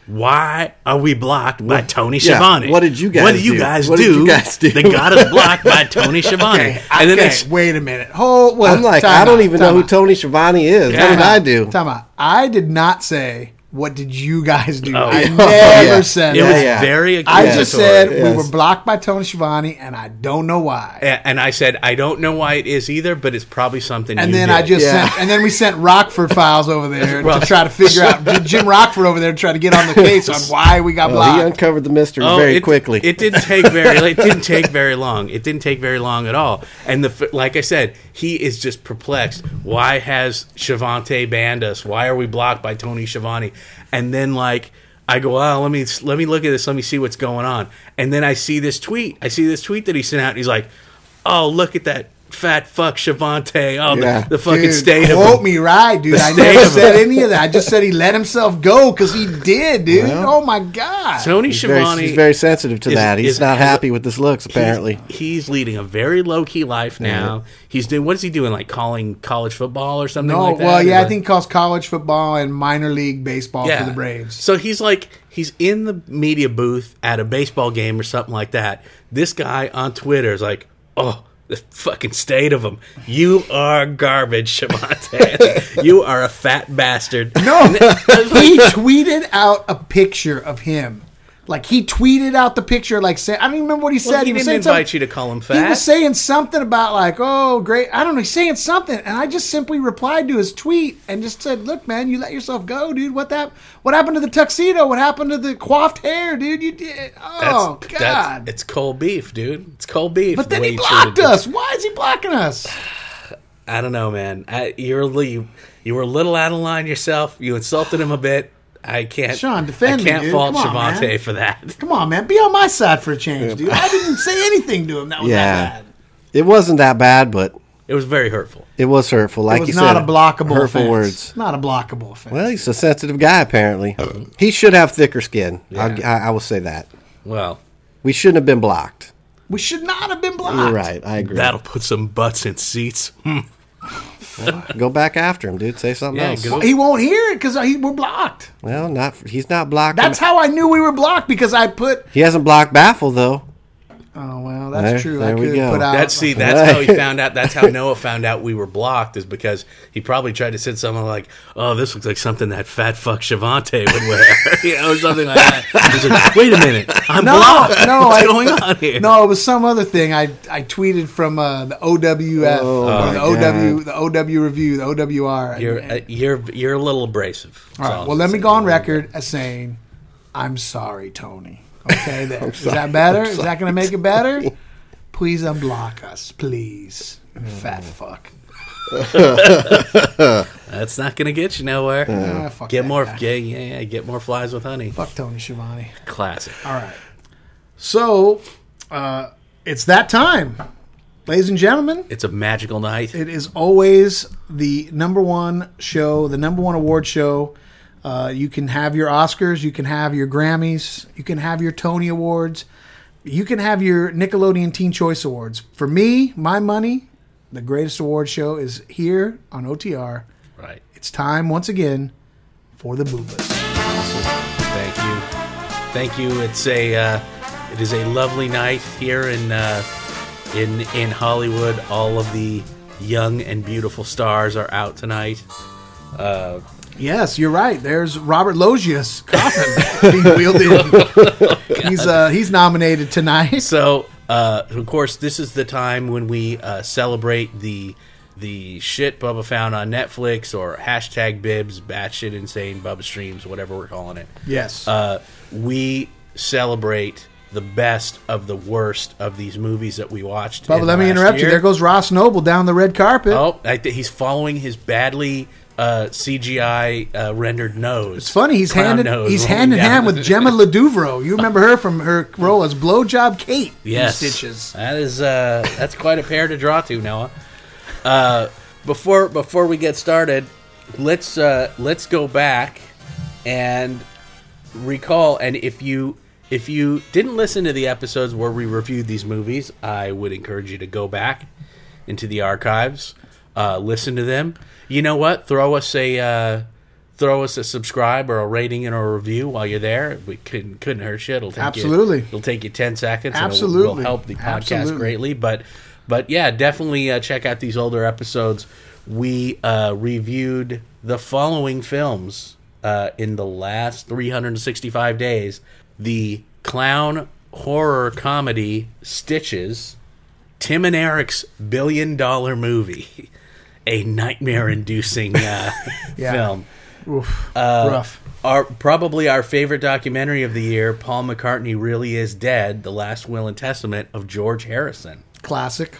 why are we blocked by Tony yeah, Schiavone? what did you What guys did you do? guys, What do, did you guys do?" They got us blocked by Tony Schiavone." okay, and then okay, it's wait a minute. Hold, well, I'm like, time I don't out, even time know who out, Tony Schiavone is. Yeah. What did I do? Time out. I did not say, what did you guys do? I Oh, yeah. never Oh, Yeah. said it that. was yeah. very. I accusatory. just said Yes. we were blocked by Tony Schiavone, and I don't know why. A- and I said, "I don't know why it is either, but it's probably something." And you then did. I just Yeah. sent, and then we sent Rockford files over there Well- to try to figure out Jim Rockford over there to try to get on the case on why we got Well, he blocked. uncovered the mystery Oh, very Oh, it, quickly. It didn't take very. It didn't take very long. It didn't take very long at all. And the f- like I said, he is just perplexed. Why has Shavante banned us? Why are we blocked by Tony Shavante? And then like. I go, oh, let me let me look at this. Let me see what's going on. And then I see this tweet. I see this tweet that he sent out. And he's like, "Oh, look at that fat fuck Shavante. Oh, the- Yeah. the, fucking Dude, state of quote him. me right, dude. I state never of said any of that. I just said he let himself go because he did, dude. Well, oh my god. Tony very, Shavante. he's very sensitive to is- that. He's is- not has a- happy with his looks, apparently. He's, he's leading a very low key life now. He's doing what is he doing? Like calling college football or something no, like that? well, Or yeah, I like- think it calls college football and minor league baseball yeah. for the Braves. So he's like he's in the media booth at a baseball game or something like that. This guy on Twitter is like, "Oh, the fucking state of them. You are garbage, Shamonte. you are a fat bastard. No, he tweeted out a picture of him. Like he tweeted out the picture, like say I don't even remember what he said. he was didn't saying invite something- you to call him He fat. was saying something about like, oh great, I don't know, he's saying something, and I just simply replied to his tweet and just said, look, man, you let yourself go, dude. What that? What happened to the tuxedo? What happened to the coiffed hair, dude? You did. Oh god. That's- that's- it's cold beef, dude. It's cold beef. but the then way he treated blocked you. us. Why is he blocking us? I don't know, man. I, you're li- you, you were a little out of line yourself. You insulted him a bit. I can't. Sean, defend I me, can't dude. fault Come on, man. Shavante for that. Come on, man, be on my side for a change, dude. I didn't say anything to him. That was that Yeah. bad. It wasn't that bad, but It was very hurtful. it was hurtful. Like It was you not said, a blockable hurtful offense. words. Not a blockable offense. Well, he's a sensitive guy, apparently. He should have thicker skin. I'll, I, I will say that. Well, We shouldn't have been blocked. we should not have been blocked. You're right. I agree. that'll put some butts in seats. Go back after him, dude. Say something Yeah, else. go- He won't hear it because we're blocked. Well, not he's not blocked. That's how I knew we were blocked because I put. he hasn't blocked Baffle though. Oh well, that's There- true. I there we could go. put out. That's see, that's how he found out. That's how Noah found out we were blocked is because he probably tried to send something like, "Oh, this looks like something that fat fuck Shavante would wear," you know, or something like that. He's like, "Wait a minute, I'm no, blocked. no, What's I- going on here?" No, it was some other thing. I I tweeted from uh, the OWF, Oh, or my the OW, the OW review, the OWR. and- You're and- uh, you're you're a little abrasive. all right. Well, let me go on record as saying, I'm sorry, Tony. Okay, there. Is that better? Is that going to make it better? Please unblock us, please, you fat fuck. That's not gonna get you nowhere. Ah, fuck get that more, guy. get, yeah, yeah, get more flies with honey. Fuck Tony Schiavone. Classic. All right. So uh, it's that time, ladies and gentlemen. It's a magical night. It is always the number one show, the number one award show. Uh, you can have your Oscars, you can have your Grammys, you can have your Tony Awards, you can have your Nickelodeon Teen Choice Awards. For me, my money, the greatest award show is here on OTR. right. It's time once again for the boobas. Thank you. Thank you. It's a uh, it is a lovely night here in uh, in in Hollywood. All of the young and beautiful stars are out tonight. Yes, you're right. There's Robert Loggia's coffin being wheeled in. he's uh, he's nominated tonight. So, uh, of course, this is the time when we uh, celebrate the the shit Bubba found on Netflix or hashtag Bibs, batshit insane Bubba streams, whatever we're calling it. Yes. uh, we celebrate the best of the worst of these movies that we watched. Bubba, in let the me last interrupt you. year. There goes Ross Noble down the red carpet. Oh, I th- he's following his badly uh, CGI uh, rendered nose. It's funny. He's Clown handed nose he's rolling hand in down. hand with Gemma Leduvro. You remember her from her role as blowjob Kate. in yes. Stitches. That is uh, that's quite a pair to draw to, Noah. Uh, before before we get started, let's uh, let's go back and recall. And if you if you didn't listen to the episodes where we reviewed these movies, I would encourage you to go back into the archives, uh, listen to them. You know what? Throw us a uh, throw us a subscribe or a rating and a review while you're there. We couldn't couldn't hurt you. It'll take you- Absolutely. it'll take you ten seconds. and it'll- Absolutely. will help the podcast Absolutely. greatly. But but yeah, definitely uh, check out these older episodes. We uh, reviewed the following films uh, in the last 365 days: the clown horror comedy Stitches, Tim and Eric's billion dollar movie, a nightmare-inducing uh, Yeah. film Oof, Uh, rough. our probably our favorite documentary of the year, Paul McCartney really is dead: The Last Will and Testament of George Harrison, Classic.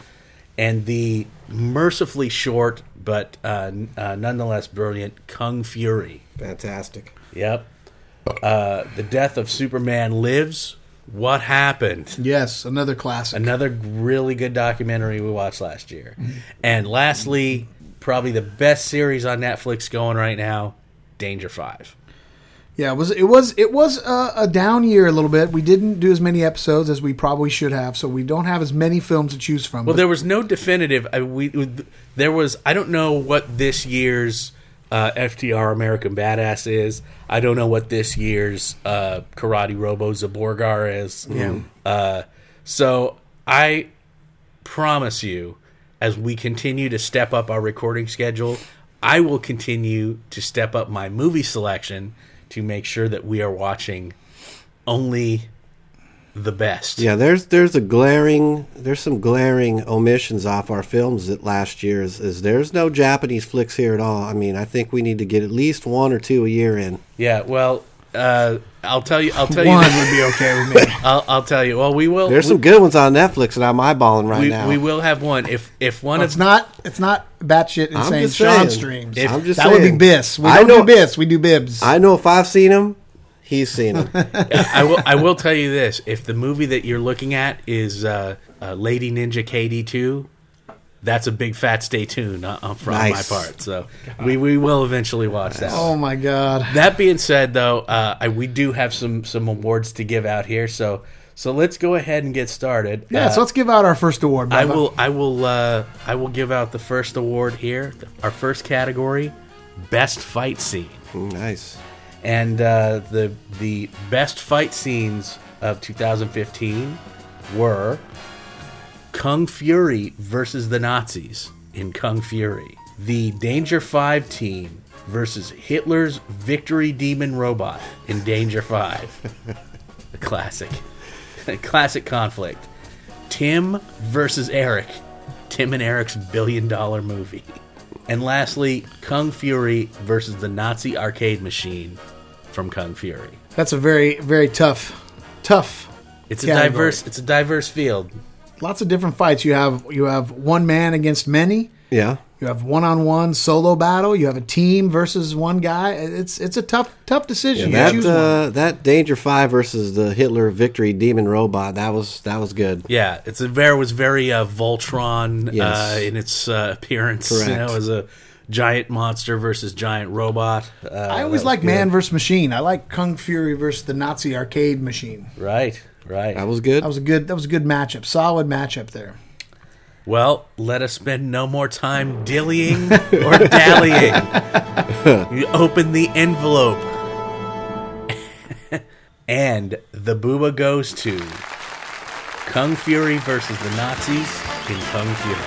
and the mercifully short but uh, n- uh, nonetheless brilliant Kung Fury. Fantastic. Yep, uh, the death of Superman lives. What happened? Yes, another classic. Another really good documentary we watched last year. And lastly, probably the best series on Netflix going right now, Danger Five. Yeah, it was it was it was a, a down year a little bit. We didn't do as many episodes as we probably should have, so we don't have as many films to choose from. Well, but there was no definitive. I, we there was. I don't know what this year's uh, FTR American Badass is. I don't know what this year's uh, Karate Robo Zaborgar is. Yeah. Uh, so Uh, I promise you, as we continue to step up our recording schedule, I will continue to step up my movie selection to make sure that we are watching only the best. Yeah, there's there's a glaring there's some glaring omissions off our films that last year is, is there's no Japanese flicks here at all. I mean, I think we need to get at least one or two a year in. Yeah, well, uh, I'll tell you. I'll tell One you. would be okay with me. I'll, I'll tell you. Well, we will. There's some we, good ones on Netflix that I'm eyeballing right we, now. we will have one. If if one It's of not. It's not batshit I'm insane. just Sean saying. streams. If- I'm just that would be saying. Biss. We I don't know- do Biss. We do Bibs. I know if I've seen him, he's seen him. I will I will tell you this: if the movie that you're looking at is uh, uh, Lady Ninja KD two, that's a big fat stay tuned uh, uh, from Nice. my part. So we, we will eventually watch that. oh my god. That being said, though, uh, I, we do have some some awards to give out here. So so let's go ahead and get started. Yeah. Uh, so let's give out our first award. I Bubba. will I will uh, I will give out the first award here. Our first category, best fight scene. Hmm, nice. And uh, the the best fight scenes of 2015 were Kung Fury versus the Nazis in Kung Fury, the Danger Five team versus Hitler's Victory Demon Robot in Danger Five. A classic, a classic conflict. Tim versus Eric. Tim and Eric's billion dollar movie. And lastly, Kung Fury versus the Nazi arcade machine from Kung Fury. That's a very very tough, tough. It's a category. diverse it's a diverse field. Lots of different fights. You have you have one man against many. Yeah. You have one on one solo battle. You have a team versus one guy. It's it's a tough tough decision. You That choose one. uh, that Danger Five versus the Hitler Victory Demon Robot that was that was good. Yeah, it's a very was very uh, Voltron uh, Yes. in its uh, appearance. You Correct. know, as a giant monster versus giant robot. Uh, I always that was like good. man versus machine. I like Kung Fury versus the Nazi arcade machine. Right, right. That was good. That was a good that was a good matchup. Solid matchup there. Well, let us spend no more time dillying or dallying. you open the envelope. and the booba goes to Kung Fury versus the Nazis in Kung Fury.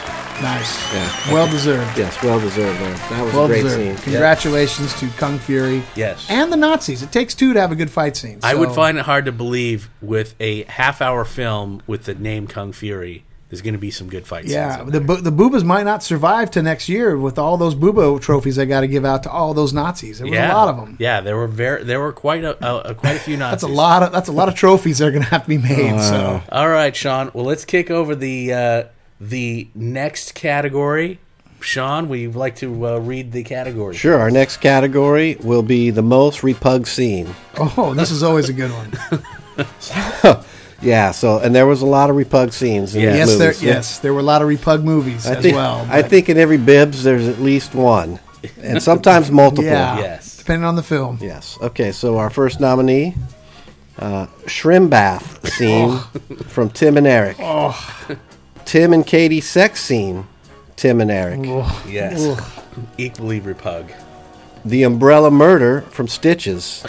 Nice. Yeah. Well deserved. yes, well deserved. Man. That was Well a great deserved. scene. Congratulations to Kung Fury. Yes. And the Nazis. It takes two to have a good fight scene. I would so- find it hard to believe with a half hour film with the name Kung Fury, there's going to be some good fights. Yeah, the bu- the boobas might not survive to next year with all those boobo trophies I got to give out to all those Nazis. There was a lot of them. Yeah, there were very, there were quite a, a, a quite a few Nazis. That's a lot of that's a lot of trophies that are going to have to be made. so All right, Sean. Well, let's kick over the uh, the next category. Sean, would you like to uh, read the category? Sure. Our next category will be the most repug scene. oh, this is always a good one. Yeah. So and there was a lot of repug scenes. In Yeah. these yes, there movies. yes there were a lot of repug movies I as think, well. I but think in every bibs there's at least one, and sometimes multiple. yeah, Yes. depending on the film. Yes. Okay. So our first nominee, uh, Shrimbath scene from Tim and Eric. Oh. Tim and Katie sex scene, Tim and Eric. Yes. Equally repug. The umbrella murder from Stitches.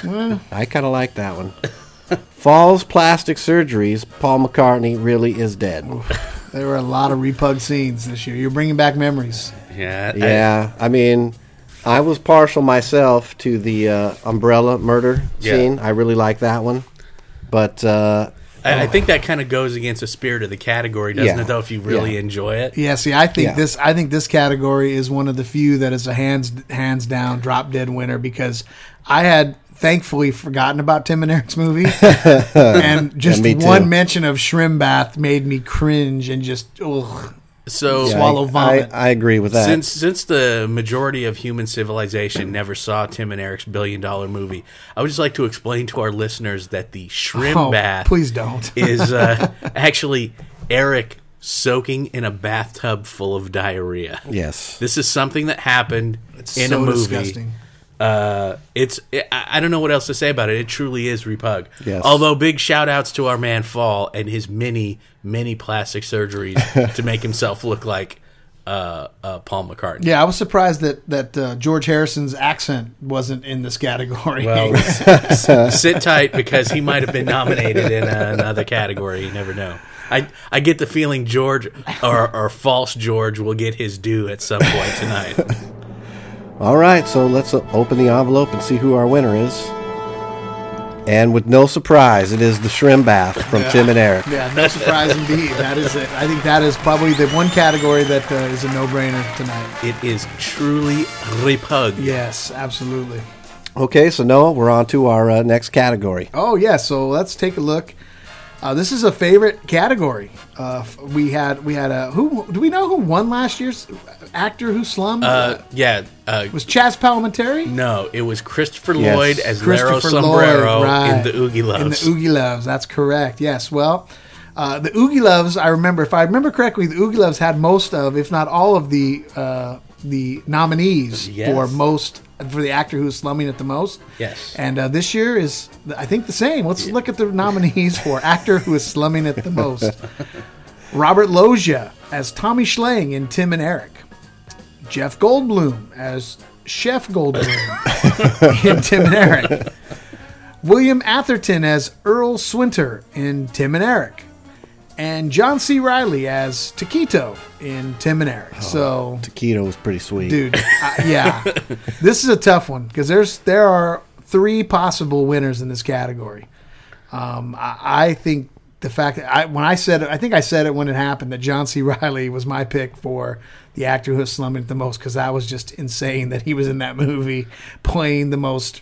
I kind of like that one. Falls plastic surgeries. Paul McCartney really is dead. There were a lot of repug scenes this year. You're bringing back memories. Yeah. I- Yeah, I mean, I was partial myself to the uh, umbrella murder Yeah. scene. I really like that one, but uh, I, I think that kind of goes against the spirit of the category, doesn't Yeah. it? Though, if you really Yeah. enjoy it. Yeah, see, I think Yeah. this I think this category is one of the few that is a hands hands down drop dead winner because I had thankfully forgotten about Tim and Eric's movie, and just me too. one mention of Shrimbath made me cringe and just ugh, So yeah, Swallow I, vomit. I, I agree with that. Since since the majority of human civilization never saw Tim and Eric's billion dollar movie, I would just like to explain to our listeners that the shrimp oh, bath please don't. is uh, actually Eric soaking in a bathtub full of diarrhea. yes, This is something that happened in a so movie. disgusting. Uh, it's I I don't know what else to say about it. It truly is repug. Yes. Although big shout outs to our man Fall and his many many plastic surgeries to make himself look like uh, uh, Paul McCartney. Yeah, I was surprised that that uh, George Harrison's accent wasn't in this category. Well, s- s- sit tight because he might have been nominated in another category. You never know. I I get the feeling George or, or false George will get his due at some point tonight. All right, so let's o- open the envelope and see who our winner is. And with no surprise, it is the shrimp bath from Tim and Eric. Yeah, no surprise indeed. That is it. I think that is probably the one category that uh, is a no-brainer tonight. It is truly repug. Yes, absolutely. Okay, so Noah, we're on to our uh, next category. Oh yeah, so let's take a look. Uh, this is a favorite category. Uh, f- we had we had a who do we know who won last year's actor who slummed? Uh, yeah. Uh, was Chaz Palminteri? no, it was Christopher Yes. Lloyd as Lero Christopher Sombrero Lloyd, right. in the Oogie In Loves. the Oogie Loves, that's correct. Yes. Well, uh, the Oogie Loves, I remember, if I remember correctly, the Oogie Loves had most of, if not all of the uh, the nominees Yes. for most for the actor who's slumming it the most. Yes. And uh, this year is, I think, the same. Let's look at the nominees for actor who is slumming it the most. Robert Loggia as Tommy Schlang in Tim and Eric. Jeff Goldblum as Chef Goldblum in Tim and Eric. William Atherton as Earl Swinter in Tim and Eric. And John C. Riley as Taquito in Tim and Eric. so Taquito was pretty sweet. dude. I, yeah, this is a tough one because there's there are three possible winners in this category. Um, I, I think the fact that I when I said it, I think I said it when it happened that John C. Riley was my pick for the actor who was slumming it the most because that was just insane that he was in that movie playing the most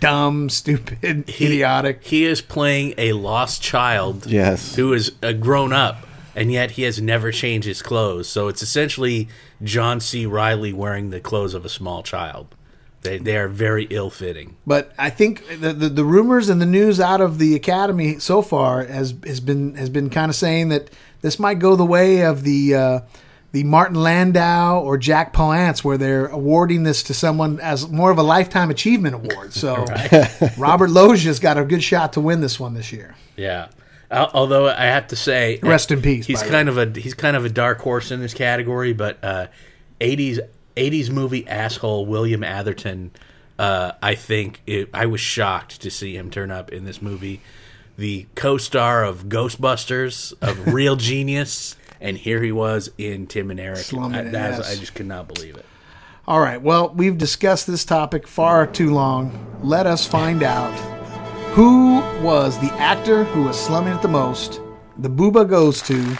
dumb, stupid, idiotic. He is playing a lost child. Yes. Who is a grown up, and yet he has never changed his clothes. So it's essentially John C. Riley wearing the clothes of a small child. They they are very ill fitting. But I think the, the the rumors and the news out of the academy so far has has been has been kind of saying that this might go the way of the uh, the Martin Landau or Jack Palance, where they're awarding this to someone as more of a lifetime achievement award. So Robert Loggia's got a good shot to win this one this year. Yeah. Al- Although I have to say, uh, Rest in peace, He's by the kind of a he's kind of a dark horse in this category, but uh, 80s 80s movie asshole William Atherton. Uh, I think it, I was shocked to see him turn up in this movie. The co-star of Ghostbusters, of Real Genius, and here he was in Tim and Eric. Slumming I, it, that's- yes. I just could not believe it. All right. Well, we've discussed this topic far too long. Let us find out who was the actor who was slumming it the most. The booba goes to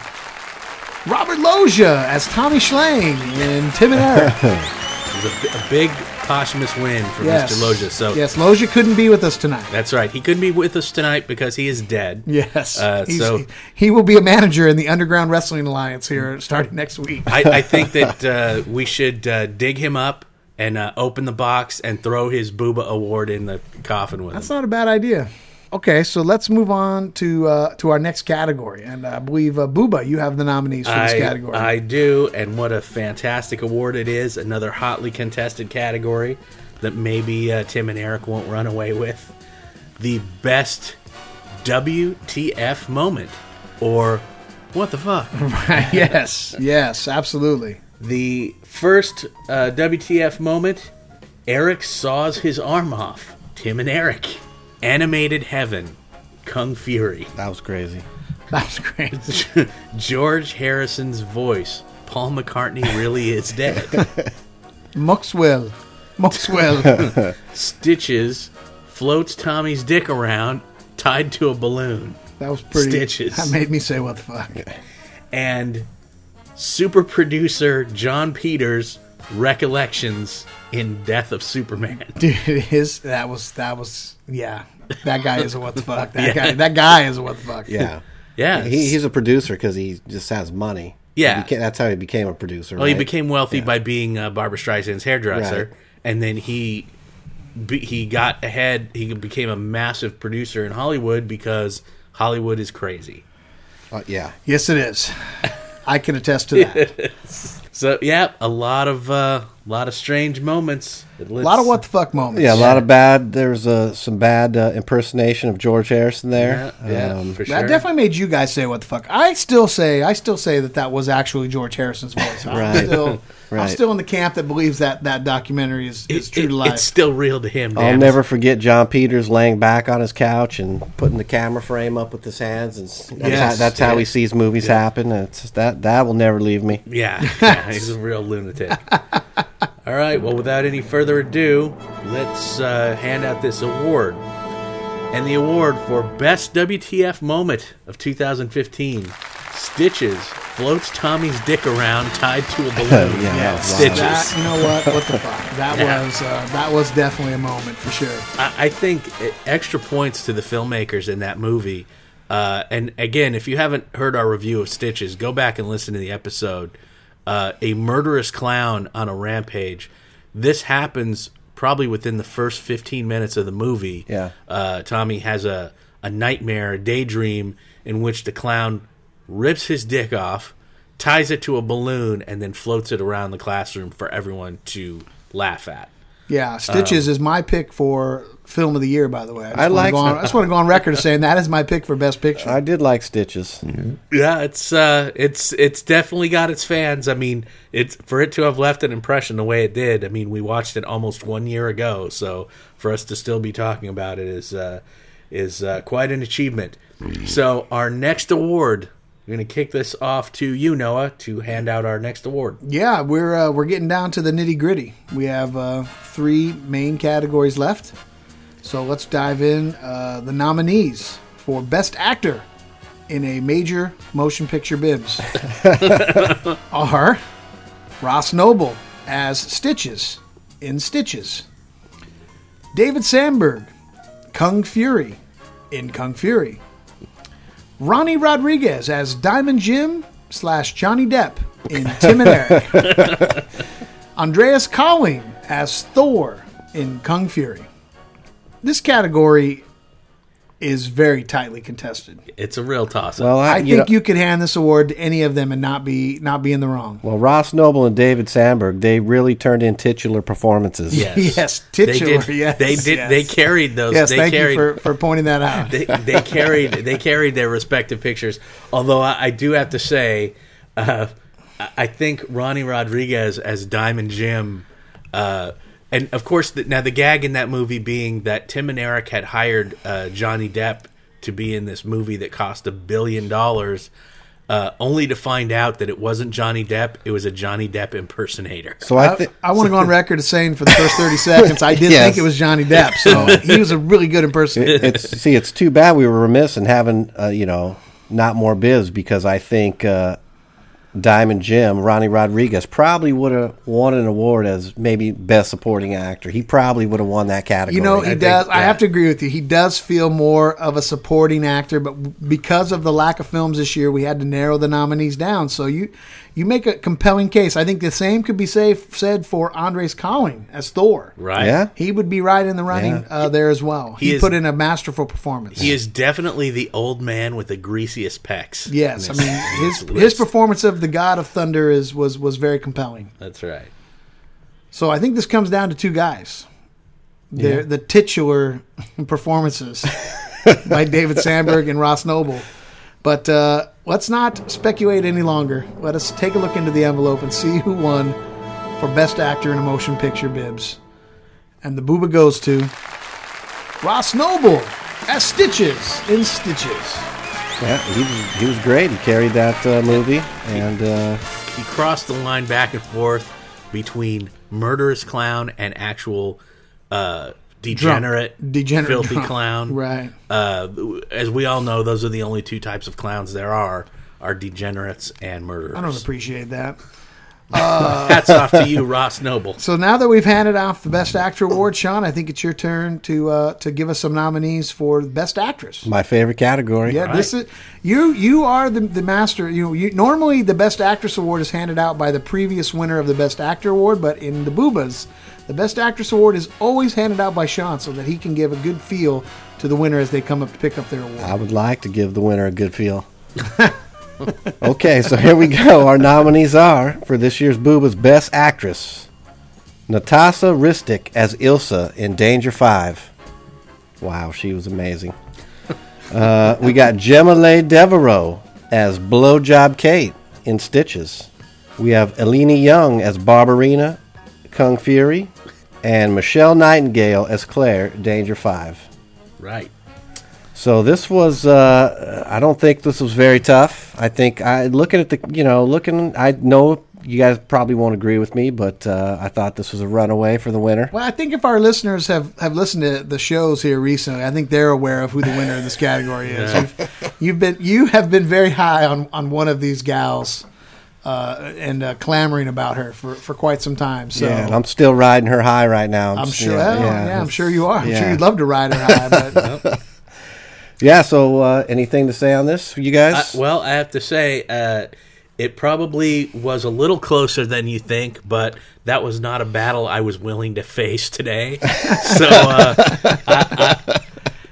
Robert Loggia as Tommy Schlang in Tim and Eric. It was a, bi- a big posthumous win for yes. Mr. Loja. So Uh, yes, Loggia couldn't be with us tonight. that's right. He couldn't be with us tonight because he is dead. Yes. Uh, He's- so he will be a manager in the Underground Wrestling Alliance here starting next week. I, I think that uh, we should uh, dig him up and uh, open the box and throw his Booba Award in the coffin with That's him. not a bad idea. Okay, so let's move on to uh, to our next category, and I believe uh, Booba, you have the nominees for this I, category. I do, and what a fantastic award it is! Another hotly contested category that maybe uh, Tim and Eric won't run away with. The best WTF moment, or what the fuck? yes, yes, absolutely. the first uh, WTF moment, Eric saws his arm off. Tim and Eric, animated heaven, Kung Fury, That was crazy. That was great. George Harrison's voice. Paul McCartney really is dead. Moxwell. Moxwell. Stitches floats Tommy's dick around, tied to a balloon, That was pretty. Stitches. That made me say, what the fuck? and super producer John Peters' recollections in Death of Superman. Dude, his, that was, that was, yeah. That guy is a what the fuck. That, Yeah. guy, that guy is a what the fuck. Yeah. Yeah, He, he's a producer because he just has money. Yeah. He beca- that's how he became a producer. Well, he right? became wealthy by being uh, Barbara Streisand's hairdresser, Right. and then he be, he got ahead. He became a massive producer in Hollywood because Hollywood is crazy. Uh, yeah. Yes, it is. I can attest to that. So yeah, a lot of uh, lot of strange moments. A A lot of what the fuck moments. Yeah, a lot of bad. There's uh, some bad uh, impersonation of George Harrison there. Yeah, yeah, Um, for sure. That definitely made you guys say what the fuck. I still say I still say that that was actually George Harrison's voice. I'm Right. still I'm Right. still in the camp that believes that that documentary is, is true It- to life. It's still real to him. I'll Dan. never forget John Peters laying back on his couch and putting the camera frame up with his hands, and s- that's, Yes. how, that's how he sees movies happen. And it's, that that will never leave me. Yeah, yeah, he's a real lunatic. All right, well, without any further ado, let's uh, hand out this award. And the award for Best WTF Moment of 2015 Stitches floats Tommy's dick around tied to a balloon. Yeah, that was Stitches. that, you know what? What the fuck? That was uh, that was definitely a moment for sure. I, I think e- extra points to the filmmakers in that movie. Uh, and again, if you haven't heard our review of Stitches, go back and listen to the episode. Uh, a murderous clown on a rampage. This happens probably within the first 15 minutes of the movie. Yeah. Uh, Tommy has a, a nightmare, a daydream, in which the clown rips his dick off, ties it to a balloon, and then floats it around the classroom for everyone to laugh at. Yeah, Stitches is my pick for film of the year. By the way, I, just I wanna like go on- that. I just want to go on record as saying that is my pick for best picture. I did like Stitches. Yeah, it's uh, it's it's definitely got its fans. I mean, it's for it to have left an impression the way it did. I mean, we watched it almost one year ago, so for us to still be talking about it is uh, is uh, quite an achievement. So our next award, we're gonna kick this off to you, Noah, to hand out our next award. yeah, we're uh, we're getting down to the nitty gritty. We have uh, three main categories left, so let's dive in. Uh, the nominees for best actor in a major motion picture bibs are Ross Noble as Stitches in Stitches, David Sandberg, Kung Fury in Kung Fury, Ronnie Rodriguez as Diamond Jim slash Johnny Depp in Tim and Eric. Andreas Colling as Thor in Kung Fury. This category is very tightly contested. It's a real toss. Well, up. I, I Uh, you think know- you could hand this award to any of them and not be not be in the wrong. Well, Ross Noble and David Sandberg, they really turned in titular performances. yes, yes, They titular, did. yes, they did. yes. They carried those. Yes, they thank carried, you for, for pointing that out. they, they carried they carried their respective pictures. Although I, I do have to say, uh, I I think Ronnie Rodriguez as Diamond Jim, uh, and of course the, now the gag in that movie being that Tim and Eric had hired uh, Johnny Depp to be in this movie that cost a billion dollars. Uh, only to find out that it wasn't Johnny Depp; it was a Johnny Depp impersonator. So I think I want to go on record as saying for the first 30 seconds, I did Yes. think it was Johnny Depp. So he was a really good impersonator. it's see, it's too bad we were remiss in having uh, you know not more Biz because I think uh, Diamond Jim, Ronnie Rodriguez, probably would have won an award as maybe best supporting actor. He probably would have won that category. You know, he think- does. I yeah. have to agree with you. He does feel more of a supporting actor, but w- because of the lack of films this year, we had to narrow the nominees down. So you you make a compelling case. I think the same could be safe, said for Andres Colling as Thor. Right? yeah, He would be right in the running Yeah. uh, there as well. He, is- put in a masterful performance. he is definitely the old man with the greasiest pecs. yes, I in mean his this- in this his list. performance of the God of Thunder is was was very compelling. That's right. So I think this comes down to two guys. They're the titular performances by David Sandberg and Ross Noble. But uh, let's not speculate any longer. Let us take a look into the envelope and see who won for Best Actor in a Motion Picture Bibs. And the booba goes to Ross Noble as Stitches in Stitches. yeah, he was he was great. He carried that uh, movie, and uh, he crossed the line back and forth between murderous clown and actual uh, degenerate, Degenerate filthy drunk. clown. Right. Uh, as we all know, those are the only two types of clowns there are: are degenerates and murderers. I don't appreciate that. Hats off to you, Ross Noble. So now that we've handed off the Best Actor award, Sean, I think it's your turn to uh, to give us some nominees for Best Actress. my favorite category. Yeah, this is you. You are the, the master. You, you normally the Best Actress award is handed out by the previous winner of the Best Actor award, but in the Boobas, the Best Actress award is always handed out by Sean so that he can give a good feel to the winner as they come up to pick up their award. I would like to give the winner a good feel. okay, so here we go. Our nominees are for this year's Booba's Best Actress Natasha Ristic as Ilsa in Danger 5. Wow, she was amazing. Uh, we got Gemma Lee Devereaux as Blowjob Kate in Stitches. We have Elena Young as Barbarina, Kung Fury, and Michelle Nightingale as Claire, Danger Five. Right. So this was. Uh, I don't think this was very tough. I think I looking at the. You know, looking. I know you guys probably won't agree with me, but uh, I thought this was a runaway for the winner. Well, I think if our listeners have, have listened to the shows here recently, I think they're aware of who the winner in this category is. You've, you've been you have been very high on, on one of these gals, uh, and uh, clamoring about her for, for quite some time. So Yeah, and I'm still riding her high right now. I'm sure. Yeah, oh, yeah, I'm sure you are. I'm sure yeah. you'd love to ride her high, but Yeah, So, uh, anything to say on this, you Uh, guys? well, I have to say, uh, it probably was a little closer than you think, but that was not a battle I was willing to face today. So, uh,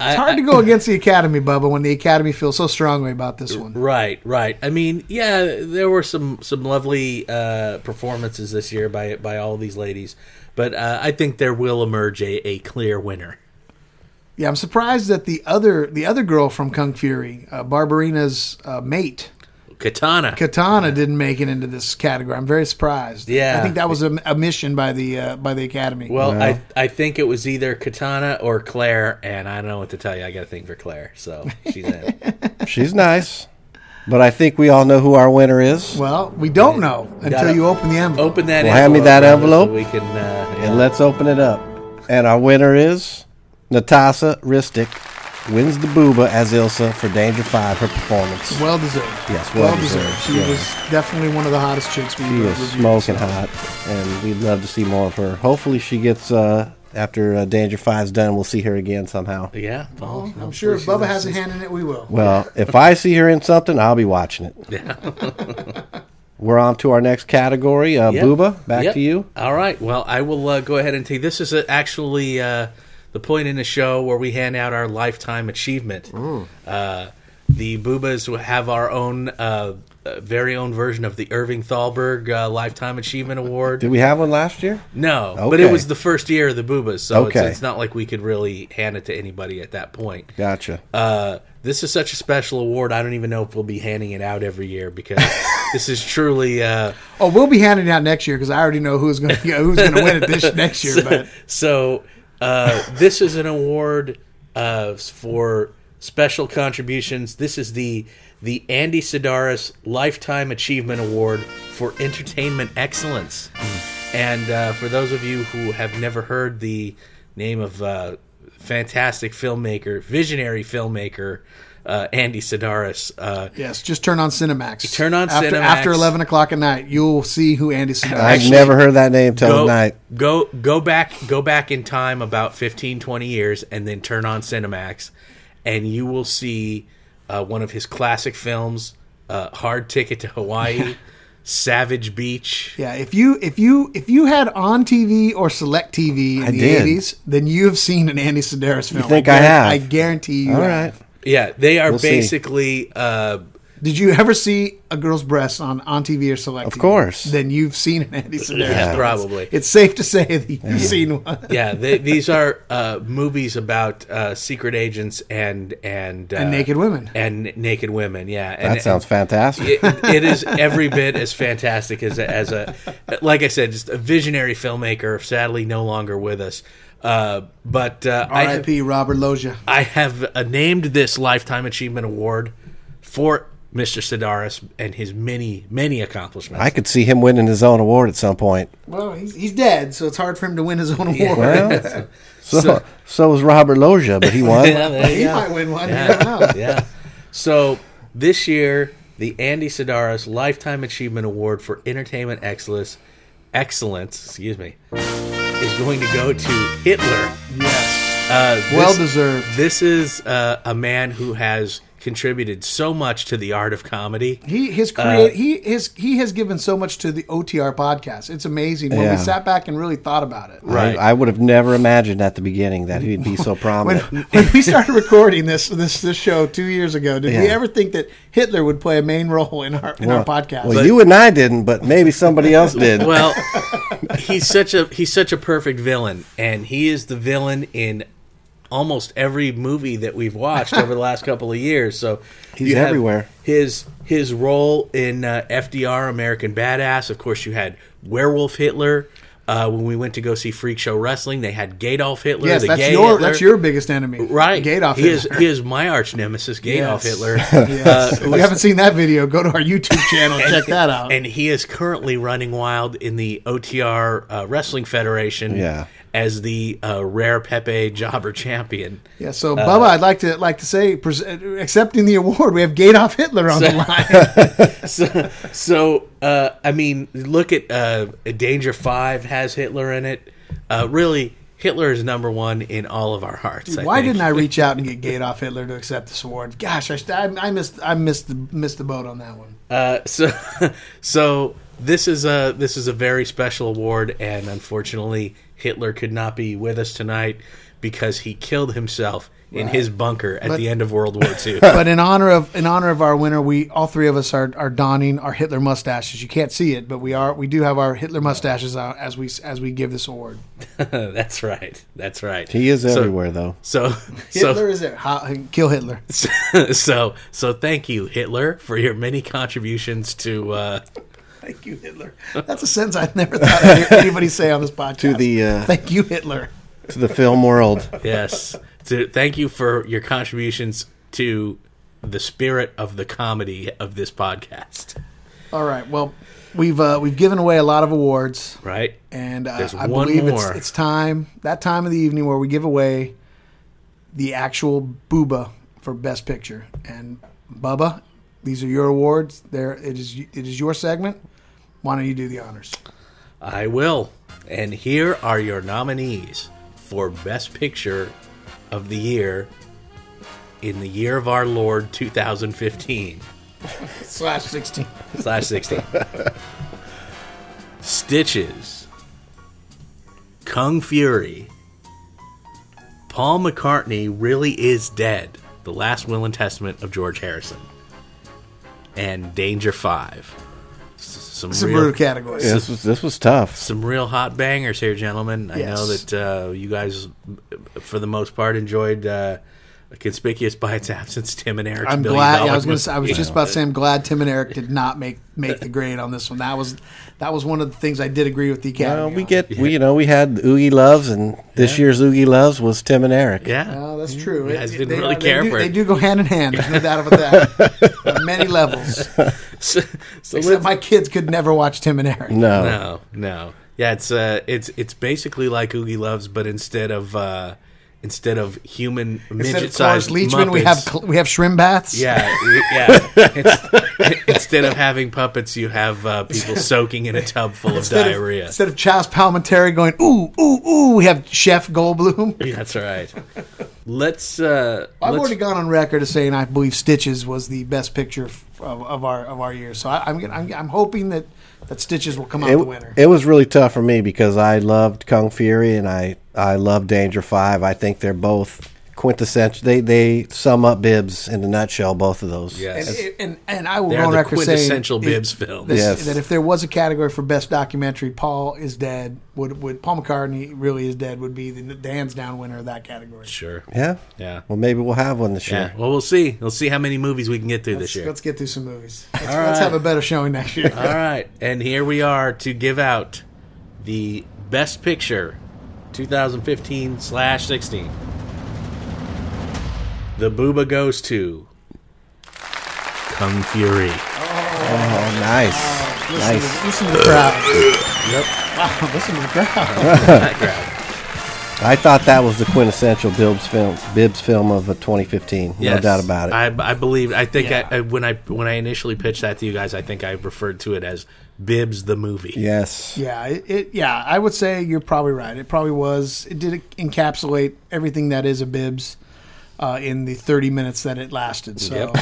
it's hard to go against the Academy, Bubba, when the Academy feels so strongly about this one. right, right. I mean, yeah, there were some some lovely uh, performances this year by by all these ladies, but uh, I think there will emerge a, a clear winner. Yeah, I'm surprised that the other the other girl from Kung Fury, uh, Barbarina's uh, mate, Katana. Katana didn't make it into this category. I'm very surprised. Yeah. I think that was a, a mission by the uh, by the Academy. well, I I think it was either Katana or Claire, and I don't know what to tell you. I got a thing for Claire, so she's in. She's nice, but I think we all know who our winner is. well, we don't know until it. you open the envelope. Open that. Well, hand me that Brenda, envelope. so we can. Uh, yeah. And let's open it up. And our winner is Natasha Ristic. Wins the booba as Ilsa for Danger Five. Her performance. Well deserved. Yes, well deserved, She yeah. was definitely one of the hottest chicks we She was reviewed. smoking hot, and we'd love to see more of her. Hopefully, she gets uh, after uh, Danger Five's done. We'll see her again somehow. Yeah, well, I'm sure if Bubba has a hand in it, we will. Well, if I see her in something, I'll be watching it. We're on to our next category. Uh, Yep. Booba, back Yep. to you. All right. Well, I will uh, go ahead and take this. Is uh, actually uh, the point in the show where we hand out our lifetime achievement. Uh, the Boobas will have our own, uh, uh, very own version of the Irving Thalberg uh, Lifetime Achievement Award. Did we have one last year? No, but it Okay. was the first year of the Boobas, so Okay. it's, it's not like we could really hand it to anybody at that point. Gotcha. Uh, this is such a special award. I don't even know if we'll be handing it out every year because this is truly. Uh, Oh, we'll be handing it out next year because I already know who's going to who's going to win it this next year. But so uh, this is an award uh, for special contributions. This is the the Andy Sidaris Lifetime Achievement Award for Entertainment Excellence. And uh, for those of you who have never heard the name of uh, fantastic filmmaker, visionary filmmaker uh, Andy Sidaris, uh, yes, just turn on Cinemax. Turn on after, Cinemax. after eleven o'clock at night. You'll see who Andy Cinemax. I've never heard that name till go, tonight. Go go back go back in time about 15 20 years and then turn on Cinemax and you will see uh, one of his classic films uh, Hard Ticket to Hawaii, Savage Beach. Yeah, if you if you if you had on TV or select TV in I the did. eighties, then you have seen an Andy Sedaris film. think guar- I have? I guarantee you. All right. have. Yeah, they are We'll see. basically uh, Did you ever see a girl's breasts on on TV or select? Of course. Then you've seen an Andy Sedaris. Yeah, film. probably. It's safe to say that you've seen one. yeah, they, these are uh, movies about uh, secret agents and and uh, And naked women. and naked women. Yeah, and, That sounds fantastic. it, it is every bit as fantastic as a, as a like I said, just a visionary filmmaker. Sadly, no longer with us. Uh, but uh, I have, R.I.P. Robert Loggia. I have uh, named this lifetime achievement award for Mr. Sidaris and his many many accomplishments. I could see him winning his own award at some point. Well, he's, he's dead, so it's hard for him to win his own award. Well, so, so was Robert Loggia, but he won. Yeah, there you he go. might win one. I don't know. yeah. So this year, the Andy Sidaris Lifetime Achievement Award for Entertainment Excellence, excellence, excuse me, is going to go to Hitler. Yes. Uh, this- Well deserved. This is uh, a man who has contributed so much to the art of comedy. He his Uh, create he his he has given so much to the OTR podcast. It's amazing when Yeah. we sat back and really thought about it. Right. I, I would have never imagined at the beginning that he'd be so When, prominent. when we started recording this this this show two years ago, did we Yeah. ever think that Hitler would play a main role in our in our podcast? Well, you and I didn't, but maybe somebody else did. Well, he's such a he's such a perfect villain, and he is the villain in almost every movie that we've watched over the last couple of years. So He's you have everywhere. His his role in uh, FDR, American Badass. Of course, you had Werewolf Hitler. Uh, when we went to go see Freak Show Wrestling, they had Gadolf Hitler. Yes, the that's gay your Hitler. that's your biggest enemy, right. Gadolf. He is Hitler. he is my arch nemesis, Yes. Gadolf Hitler. Uh, Yes. if you haven't seen that video, go to our YouTube channel. check that out. And he is currently running wild in the OTR uh, Wrestling Federation Yeah. as the uh, rare Pepe jobber champion. yeah. So, uh, Bubba, I'd like to like to say, pres- accepting the award, we have Gadolf Hitler on the line. So, so uh, I mean, look at uh, Danger 5 has Hitler in it. Uh, really, Hitler is number one in all of our hearts. Why think. didn't I reach out and get Gadolf Hitler to accept this award? Gosh, I, st- I, I missed I missed the, missed the boat on that one. Uh, so, so this is a this is a very special award, and unfortunately, Hitler could not be with us tonight because he killed himself in his bunker at the end of World War II. but in honor of in honor of our winner, we all three of us are, are donning our Hitler mustaches. You can't see it, but we are we do have our Hitler mustaches out as we as we give this award. That's right. That's right. He is So- everywhere, though. So, Hitler so, is there. Ha- kill Hitler. so, so, thank you, Hitler, for your many contributions to. Uh, Thank you, Hitler. That's a sentence I never thought I'd hear anybody say on this podcast. To the, uh, thank you, Hitler. To the film world. yes, to thank you for your contributions to the spirit of the comedy of this podcast. All right. Well, we've uh, we've given away a lot of awards, Right. and uh, There's I one believe more. it's it's time that time of the evening where we give away the actual booba for best picture. And Bubba, these are your awards. There, it is it is your segment. Why don't you do the honors? I will. And here are your nominees for Best Picture of the Year in the year of our Lord 2015 Slash sixteen. slash 16. Stitches, Kung Fury, Paul McCartney really is dead. The last will and testament of George Harrison, and Danger Five. S- Some It's a real- brutal category. Yeah, this was this was tough. some real hot bangers here, gentlemen. I know Yes. that uh, you guys, for the most part, enjoyed uh, conspicuous by its absence. Tim and Eric's. I'm billion glad. dollar Yeah, I was going movie. to. I was just about to say. I'm glad Tim and Eric did not make make the grade on this one. That was that was one of the things I did agree with the academy. Well, we on. get we you know we had Oogie Loves, and this year's Oogie Loves was Tim and Eric. Mm. Yeah, Oh, that's true. guys didn't they, really they care do, for it. They do go hand in hand. There's no doubt about that. on many levels. so, so Except let's- my kids could never watch Tim and Eric. No, no, no. Yeah, it's uh, it's it's basically like Oogie Loves, but instead of uh, instead of human Instead midget of Cloris sized Leachman, we have cl- we have shrimp baths. Yeah, yeah. It's, instead of having puppets, you have uh, people soaking in a tub full of Instead of- diarrhea. instead of Chas Palminteri going ooh ooh ooh, we have Chef Goldblum. That's right. Let's. Uh, I've let's- already gone on record as saying I believe Stitches was the best picture f- of, of our of our year. So I, I'm, gonna- I'm I'm hoping that that Stitches will come out the winner. It, it was really tough for me because I loved Kung Fury and I I love Danger Five. I think they're both quintessential. They they sum up Bibbs in a nutshell. Both of those. Yes. and, and and I will They're go on the record saying quintessential if- Bibbs films. this- Yes. That if there was a category for best documentary, Paul is dead. Would would Paul McCartney really is dead? Would be the, the hands down winner of that category. Sure. Yeah. Yeah. Well, maybe we'll have one this year. Yeah. Well, we'll see. We'll see how many movies we can get through Let's, this year. let's get through some movies. Let's, let's have a better showing next year. All right. And here we are to give out the Best Picture 2015 slash 16. The Booba goes to Kung Fury. Oh, nice. listen, Nice. to, listen to the crowd. Yep. Wow, listen to the crowd. That crowd. I thought that was the quintessential Bibbs film Bibbs film of uh, 2015. No Yes. doubt about it. I, I believe. I think Yeah. I, I, when I when I initially pitched that to you guys, I think I referred to it as Bibbs the movie. yes. Yeah, it, it. Yeah, I would say you're probably right. It probably was. It did encapsulate everything that is a Bibbs. Uh, in the 30 minutes that it lasted, so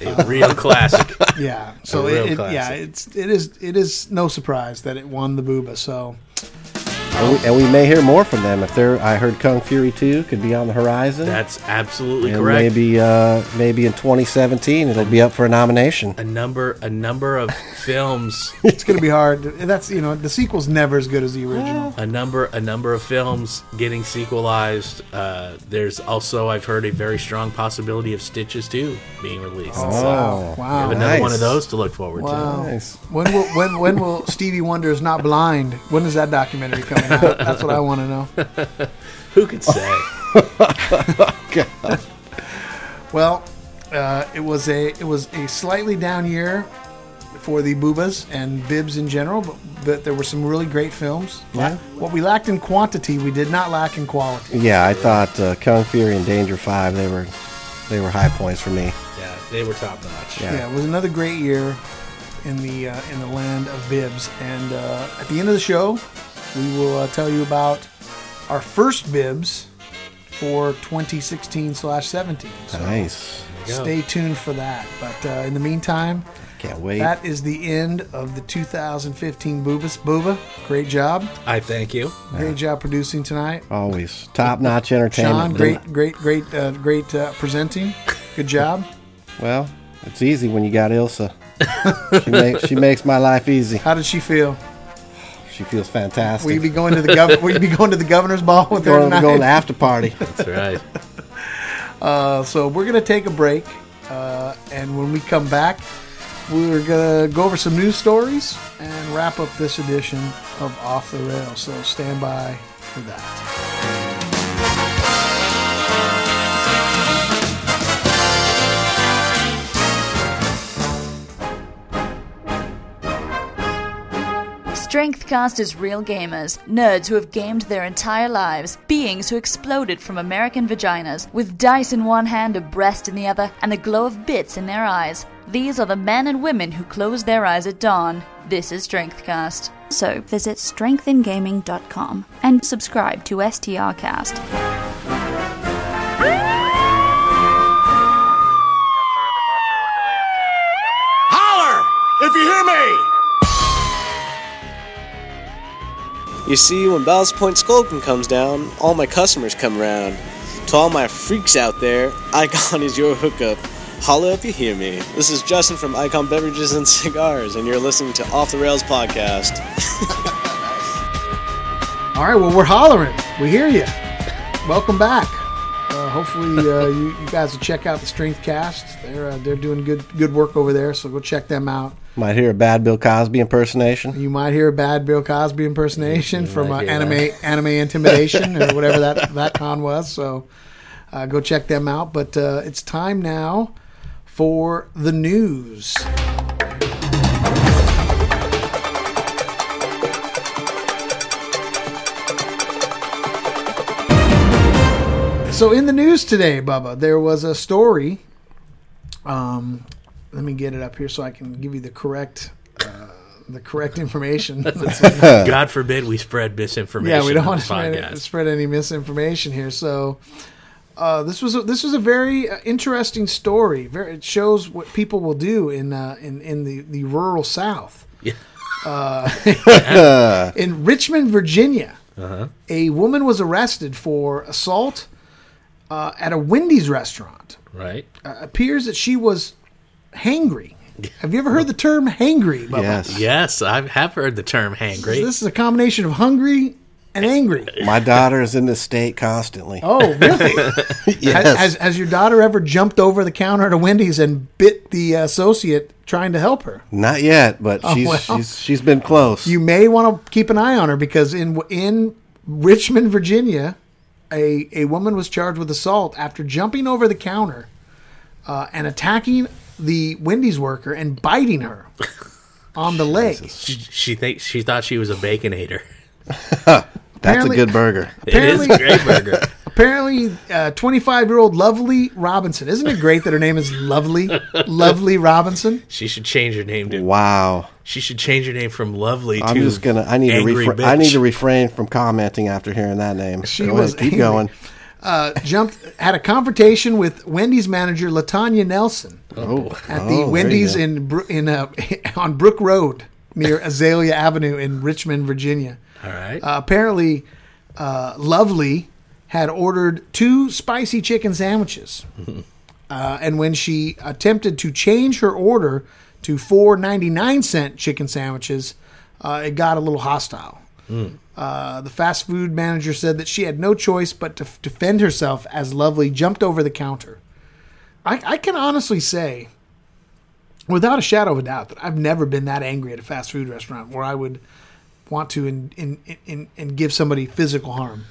Yep. A real classic. yeah, so real it, it- yeah, classic. it's it is it is no surprise that it won the Booba. So, all And we, and we may hear more from them if they're. I heard Kung Fury Two could be on the horizon. That's absolutely and correct. maybe uh, maybe in 2017 it'll be up for a nomination. a number a number of films It's going to be hard. That's you know the sequel's never as good as the original. a number a number of films getting sequelized. Uh, there's also I've heard a very strong possibility of Stitches 2 being released. So Oh, Wow. I Wow. have another one Oh, nice. of those to look forward Wow. Nice. When will when when will Stevie Wonder is not blind? When is that documentary coming out? That's what I want to know. to. Who could say? Well, uh, it was a it was a slightly down year for the boobas and bibs in general, but, but there were some really great films. Yeah. What we lacked in quantity, we did not lack in quality. Oh, Yeah, I thought uh, Kung Fury and Danger Five they were they were high points for me. yeah, they were top notch. Yeah. Yeah, it was another great year in the uh, in the land of bibs. And uh, at the end of the show, we will uh, tell you about our first bibs for 2016 slash 17. So Nice. stay tuned for that. But uh, in the meantime, Can't wait. that is the end of the 2015 Boobas. Booba, great job, I thank you. great job producing tonight. Always top notch Sean, entertainment. great, great, great, uh, great uh, presenting. Good job. Well, it's easy when you got Ilsa. she makes she makes my life easy. How did she feel? She feels Will you fantastic. be going to the gov- Will you be going to the governor's ball with her going, tonight? going to after party. That's right. Uh, so we're gonna take a break, uh, and when we come back, we're gonna go over some news stories and wrap up this edition of Off the Rails. So stand by for that. Strengthcast is real gamers, nerds who have gamed their entire lives, beings who exploded from American vaginas, with dice in one hand, a breast in the other, and the glow of bits in their eyes. These are the men and women who close their eyes at dawn. This is Strengthcast. So visit strengthingaming.com and subscribe to STRcast. Holler if you hear me. You see, when Ballast Point Skulkin comes down, all my customers come round. To all my freaks out there, Icon is your hookup. Holla if you hear me. This is Justin from Icon Beverages and Cigars, and you're listening to Off the Rails Podcast. All right, well, we're hollering. We hear you. Welcome back. Uh, hopefully, uh, you, you guys will check out the Strength Cast. They're uh, they're doing good good work over there, so go check them out. Might hear a bad Bill Cosby impersonation. You might hear a bad Bill Cosby impersonation from uh, might hear anime anime intimidation or whatever that that con was. So uh, go check them out. But uh, it's time now for the news. So in the news today, Bubba, there was a story. Um, let me get it up here so I can give you the correct the correct information. God forbid we spread misinformation. yeah, we don't on want to the spread, podcast. spread any misinformation here. So uh, this was a, this was a very uh, interesting story. Very, it shows what people will do in uh, in in the, the rural South. Yeah. Uh, in Richmond, Virginia, Uh-huh. a woman was arrested for assault uh, at a Wendy's restaurant. Right. Uh, appears that she was hangry. Have you ever heard the term hangry? Bubba? Yes. Yes, I have heard the term hangry. This is a combination of hungry and angry. My daughter is in this state constantly. Oh, really? Has, has, has your daughter ever jumped over the counter at a Wendy's and bit the associate trying to help her? Not yet, but she's Oh, well. she's she's been close. You may want to keep an eye on her because in in Richmond, Virginia, a a woman was charged with assault after jumping over the counter uh, and attacking the Wendy's worker and biting her on the leg. she, she thinks she thought she was a baconator. That's a apparently- good burger. It is a great burger. Apparently, uh, 25-year-old Lovely Robinson. Isn't it great that her name is Lovely? Lovely Robinson. She should change her name to. Wow. She should change her name from Lovely I'm to. just gonna. I need to. angry Refra- I bitch. need to refrain from commenting after hearing that name. She Go was ahead, keep angry. going. uh, jumped had a confrontation with Wendy's manager Latanya Nelson at Oh. there the you Wendy's go. in Bro- in uh, on Brook Road near Azalea Avenue in Richmond, Virginia. All right. Uh, apparently, uh, Lovely had ordered two spicy chicken sandwiches, uh, and when she attempted to change her order to four ninety nine cent chicken sandwiches, uh, it got a little hostile. Uh, the fast food manager said that she had no choice but to f- defend herself as Lovely jumped over the counter. I, I can honestly say, without a shadow of a doubt, that I've never been that angry at a fast food restaurant where I would want to and and, and, and give somebody physical harm.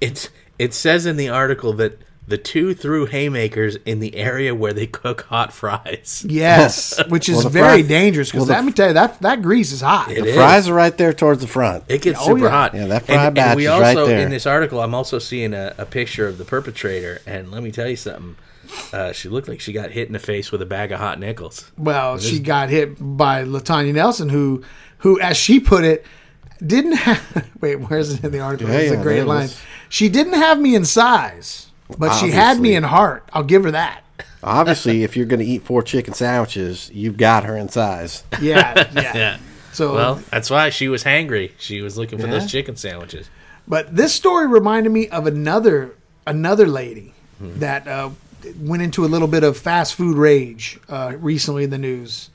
It's it says in the article that the two threw haymakers in the area where they cook hot fries. Yes, which is Well, the very fry- dangerous because well, the let me f- tell you that that grease is hot. It is. Fries are right there towards the front. It gets Oh, super yeah. hot. Yeah, that fry batch we is also right there. in this article, I'm also seeing a, a picture of the perpetrator, and let me tell you something. Uh, she looked like she got hit in the face with a bag of hot nickels. Well, she got hit by Latanya Nelson, who who as she put it didn't have. Wait, where's it in the article? Yeah, it's yeah, a great there it line. is. She didn't have me in size, but she had Obviously. me in heart. I'll give her that. Obviously, if you're going to eat four chicken sandwiches, you've got her in size. Yeah, yeah. So Well, that's why she was hangry. She was looking for those chicken sandwiches. But this story reminded me of another another lady Hmm. that uh, went into a little bit of fast food rage uh, recently in the news.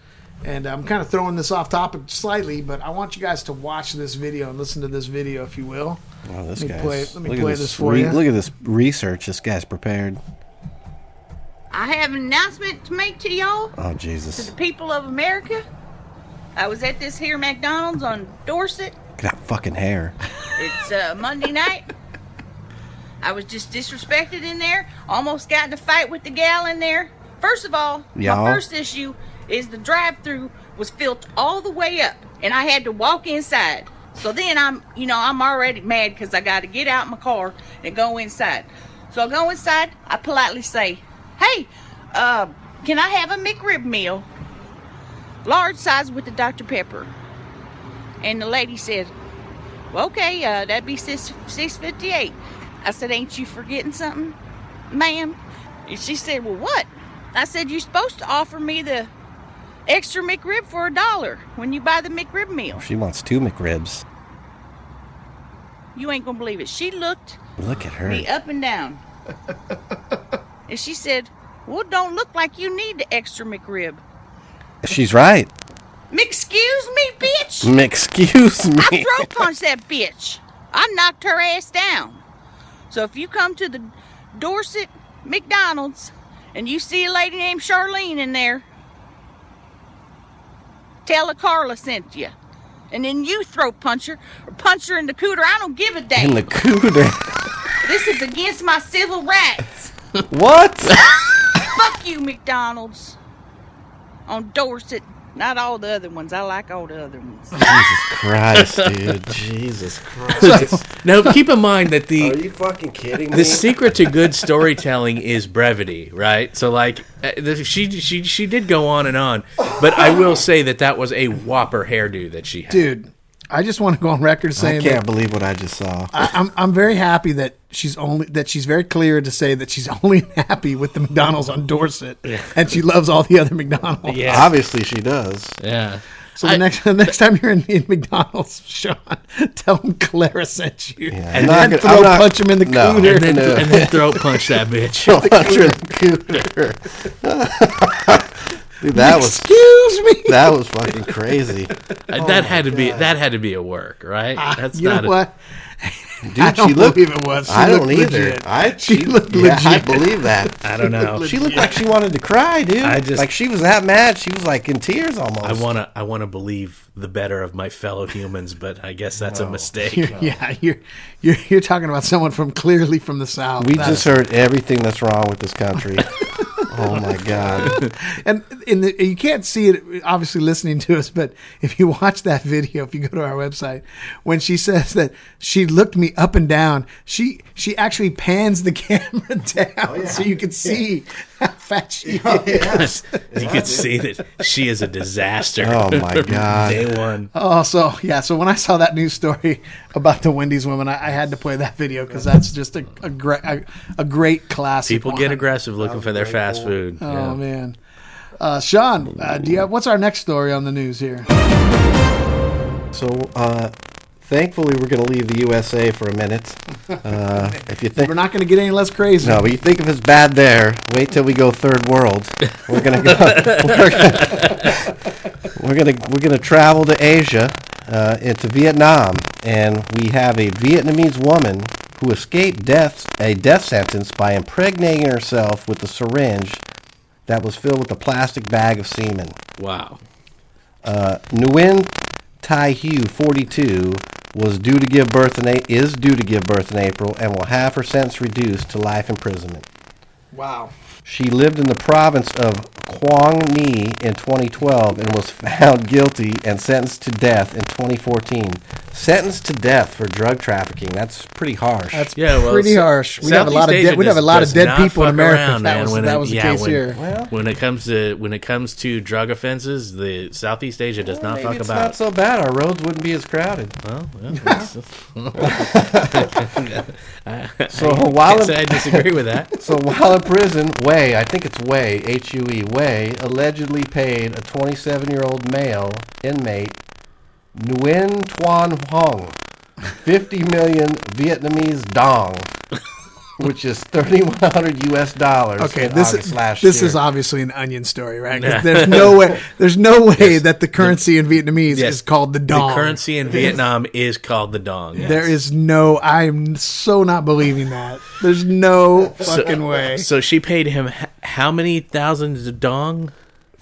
And I'm kind of throwing this off topic slightly, but I want you guys to watch this video and listen to this video, if you will. Oh, Let this me guy's- play- let me look at play this for you. Look at this research. This guy's prepared. I have an announcement to make to y'all, Oh Jesus! people of America. I was at this here McDonald's on Dorset. Look at that fucking hair. It's uh, Monday night. I was just disrespected in there. Almost got in a fight with the gal in there. First of all, Y'all. my first issue is the drive-through was filled all the way up, and I had to walk inside. So then I'm, you know, I'm already mad because I got to get out my car and go inside. So I go inside. I politely say, "Hey, uh, can I have a McRib meal, large size with the Dr Pepper?" And the lady said, well, okay, uh, that'd be six six fifty eight. I said, ain't you forgetting something, ma'am? And she said, well, what? I said, you're supposed to offer me the extra McRib for a dollar when you buy the McRib meal. Oh, She wants two McRibs. You ain't gonna believe it. She looked Look at her. me up and down, and she said, well, don't look like you need the extra McRib. She's right. Excuse me, bitch. Excuse I me. throat punched that bitch. I knocked her ass down. So if you come to the Dorset McDonald's and you see a lady named Charlene in there, tell her Carla sent you. And then you throat punch her or punch her in the cooter. I don't give a damn. In the cooter. this is against my civil rights. What? Fuck you, McDonald's. On Dorset. Not all the other ones. I like all the other ones. Jesus Christ, dude. Jesus Christ. Now, keep in mind that the you fucking kidding me? the secret to good storytelling is brevity, right? So, like, uh, the- she she she did go on and on, but I will say that that was a whopper hairdo that she had. dude, I just want to go on record I saying that can't believe what I just saw. I, I'm I'm very happy that she's only that she's very clear to say that she's only happy with the McDonald's on Dorset, and she loves all the other McDonald's. Obviously, she does. yeah. So the next the next time you're in, in McDonald's, Sean, tell them Clara sent you, and then I'm not gonna- throw I'm not- punch him in the No. cooter. And then, No. and then throat punch that bitch. Oh Don't punch her in the cooter. Dude, that was Excuse me. that was fucking crazy. Uh, that had to be that had to be a work, right? That's Ah, you know not a, what? Dude, I don't she looked. believe it was. She I don't looked either. legit. I She looked yeah, I legit. believe that. I don't know. She looked like she wanted to cry, dude. I just- like she was that mad. She was like in tears almost. I want to I want to believe the better of my fellow humans, but I guess that's a mistake. yeah, you're you're you're talking about someone from clearly from the south. we That- just heard everything that's wrong with this country. oh my god. and in the, you can't see it obviously listening to us but if you watch that video if you go to our website when she says that she looked me up and down she she actually pans the camera down Oh, so you can see how fat she is you could see that she is a disaster. Oh my god. Day one. oh so yeah so when i saw that news story about the wendy's woman i, I had to play that video because that's just a, a great a, a great classic People get one. aggressive looking for their fast food. oh Yeah. man uh, Sean, uh, do you have, what's our next story on the news here? So uh Thankfully, we're going to leave the USA for a minute. Uh, if you think We're not going to get any less crazy. No, but you think if it's bad there, wait till we go third world. We're gonna go, we're, gonna, we're gonna we're gonna travel to Asia, uh, into Vietnam, and we have a Vietnamese woman who escaped death a death sentence by impregnating herself with a syringe that was filled with a plastic bag of semen. Wow. Nguyen Tai Hu, 42, was due to give birth in a- is due to give birth in April and will have her sentence reduced to life imprisonment. Wow. She lived in the province of Quang Ni in 2012 and was found guilty and sentenced to death in 2014. Sentenced to death for drug trafficking. That's pretty harsh. That's Yeah, well, pretty so- harsh. We have a Southeast lot of Asia dead. We have a does- lot of does dead not people in fuck America. around, if that man, was, when that it- was the yeah, case when- here. When it comes to when it comes to drug offenses, the Southeast Asia does not Maybe fuck it's about. not so bad. Our roads wouldn't be as crowded. Well, yeah, that's- So I'd while in, say I disagree with that. so while in prison, Way, I think it's Way, H U E, Way allegedly paid a 27-year-old male inmate Nguyen Tuan Hong 50 million Vietnamese dong, which is 3,100 U.S. dollars. Okay, in this August is last this year. is obviously an onion story, right? 'Cause There's no way. There's no way that the currency in Vietnamese Yes. is called the dong. The currency in Vietnam is called the dong. There is no. I'm so not believing that. There's no fucking way. So she paid him h- how many thousands of dong?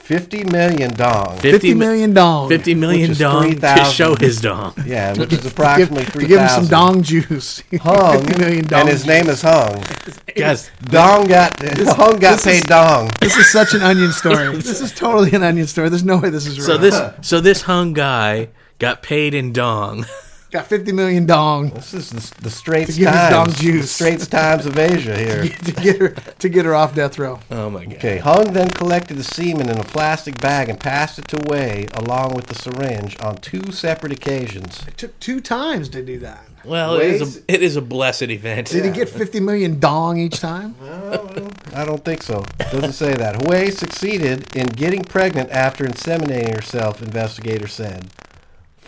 50 million dong. Fifty million dong. Fifty million Which is dong to 3,000. show his dong. Yeah, which is To give, approximately to three thousand. give him some dong juice. Hung, Fifty million dong. and his name is Hung. Guys, Dong got Hung got this is- paid dong. This is such an onion story. this is totally an onion story. There's no way this is real. so this so this hung guy got paid in dong. got fifty million dong. This is the, the Straits give his Times. dong The juice. Straits Times of Asia here. to get her to get her off death row. Oh my god. Okay, Hung then collected the semen in a plastic bag and passed it to Wei along with the syringe on two separate occasions. It took two times to do that. Well, it is Ways- a it is a blessed event. Did he get fifty million dong each time? I don't think so. Doesn't say that. Wei succeeded in getting pregnant after inseminating herself, investigators said.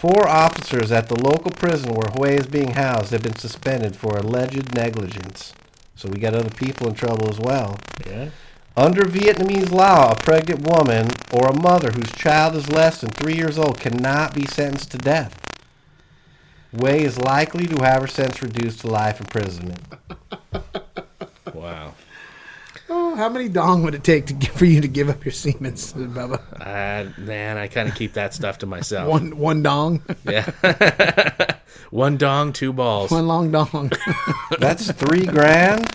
Four officers at the local prison where Hui is being housed have been suspended for alleged negligence. So we got other people in trouble as well. Yeah. Under Vietnamese law, a pregnant woman or a mother whose child is less than three years old cannot be sentenced to death. Wei is likely to have her sentence reduced to life imprisonment. Wow. Oh, how many dong would it take to give, for you to give up your semen, Bubba? Uh, man, I kind of keep that stuff to Um, myself. One one dong, Yeah. One dong, two balls. one long dong. That's three grand.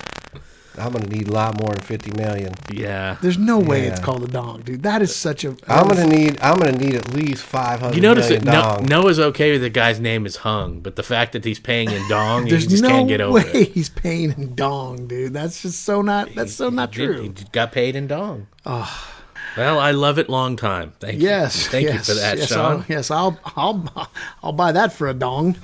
I'm gonna need a lot more than fifty million. Yeah. There's no way it's Yeah. called a dong, dude. That is such a. I'm gonna need. I'm gonna need at least five hundred. You notice that million no, dong. Noah's okay with the guy's name is Hung, but the fact that he's paying in dong, you There's just no can't get over way it. he's paying in dong, dude. That's just so not. That's so not He- true. Ah. He got paid in dong. Well, I love it long time. Thank you. Yes. Thank yes, you for that, yes, oh, Sean. I'll, yes, I'll, I'll, I'll buy that for a dong.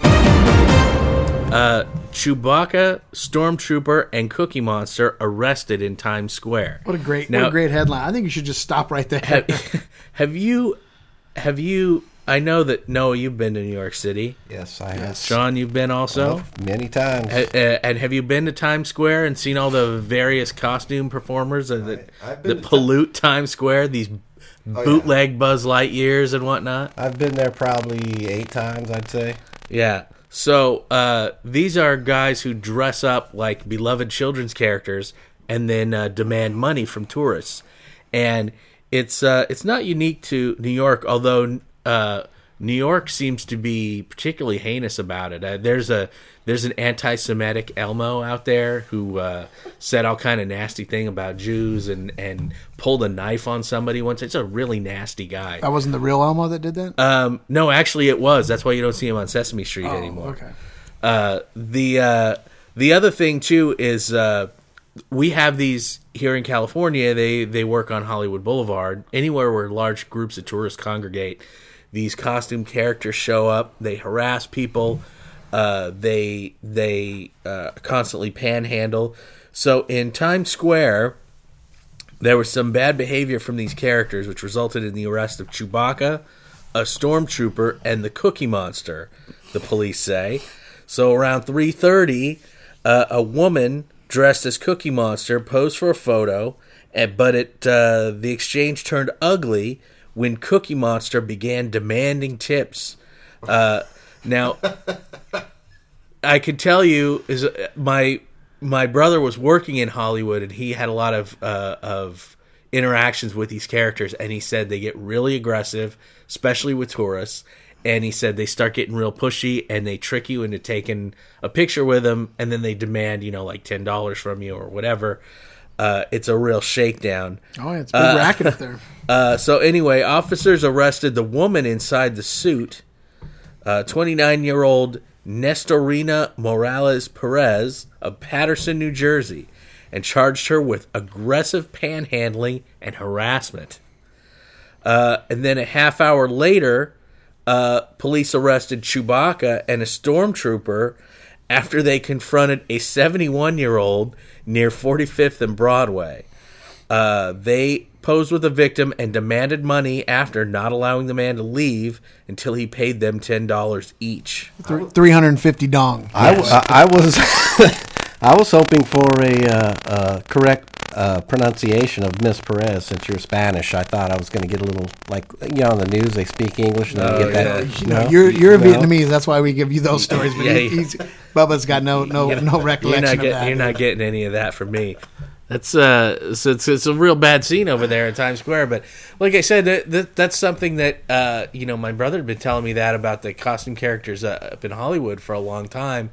Chewbacca, Stormtrooper, and Cookie Monster arrested in Times Square. What a great, what Now- a great headline. I think you should just stop right there. Have, have you, have you, I know that, Noah, you've been to New York City. yes, I have Sean, you've been also. many times. Uh, uh, and have you been to Times Square and seen all the various costume performers that, that, I've been that to Oh, pollute Times Square? These bootleg Buzz Lightyears and whatnot. I've been there probably eight times. I'd say. Yeah. So uh, these are guys who dress up like beloved children's characters and then uh, demand money from tourists. And it's uh, it's not unique to New York, although uh, New York seems to be particularly heinous about it. Uh, there's a there's an anti-Semitic Elmo out there who uh, said all kind of nasty thing about Jews and and pulled a knife on somebody once. It's a really nasty guy. That wasn't the real Elmo that did that. Um, no, actually, it was. That's why you don't see him on Sesame Street anymore. Oh, okay. Uh, the uh, the other thing too is uh, we have these here in California. They they work on Hollywood Boulevard. Anywhere where large groups of tourists congregate, these costume characters show up. They harass people. Uh, they they uh, constantly panhandle. So in Times Square, there was some bad behavior from these characters, which resulted in the arrest of Chewbacca, a stormtrooper, and the Cookie Monster. the police say. So around 3:30, uh, a woman dressed as Cookie Monster posed for a photo, and, but it uh, the exchange turned ugly when Cookie Monster began demanding tips. Uh, now, I could tell you is uh, my my brother was working in Hollywood and he had a lot of uh, of interactions with these characters and he said they get really aggressive, especially with tourists. And he said they start getting real pushy and they trick you into taking a picture with them and then they demand you know like ten dollars from you or whatever. Uh, it's a real shakedown. Oh, yeah, it's a big racket up there. Uh, so anyway, officers arrested the woman inside the suit, uh, twenty-nine-year-old Nestorina Morales Perez of Patterson, New Jersey, and charged her with aggressive panhandling and harassment. Uh, and then a half hour later, uh, police arrested Chewbacca and a stormtrooper after they confronted a 71-year-old near 45th and Broadway. Uh, they posed with a victim and demanded money after not allowing the man to leave until he paid them $10 each. Three hundred and fifty dong. I, w- I- I was I was hoping for a uh, uh, correct uh, pronunciation of Miss Perez since you're Spanish. I thought I was going to get a little like you know on the news they speak English and I get Oh, that. you know, you're you're No? Vietnamese. That's why we give you those stories. But Yeah, he, yeah. he's Bubba's got no no no You're recollection not, of get, that. you're not getting any of that from me. That's uh, so it's, it's a real bad scene over over there in Times Square. But like I said, that, that that's something that uh, you know my brother had been telling me that about the costume characters uh, up in Hollywood for a long time,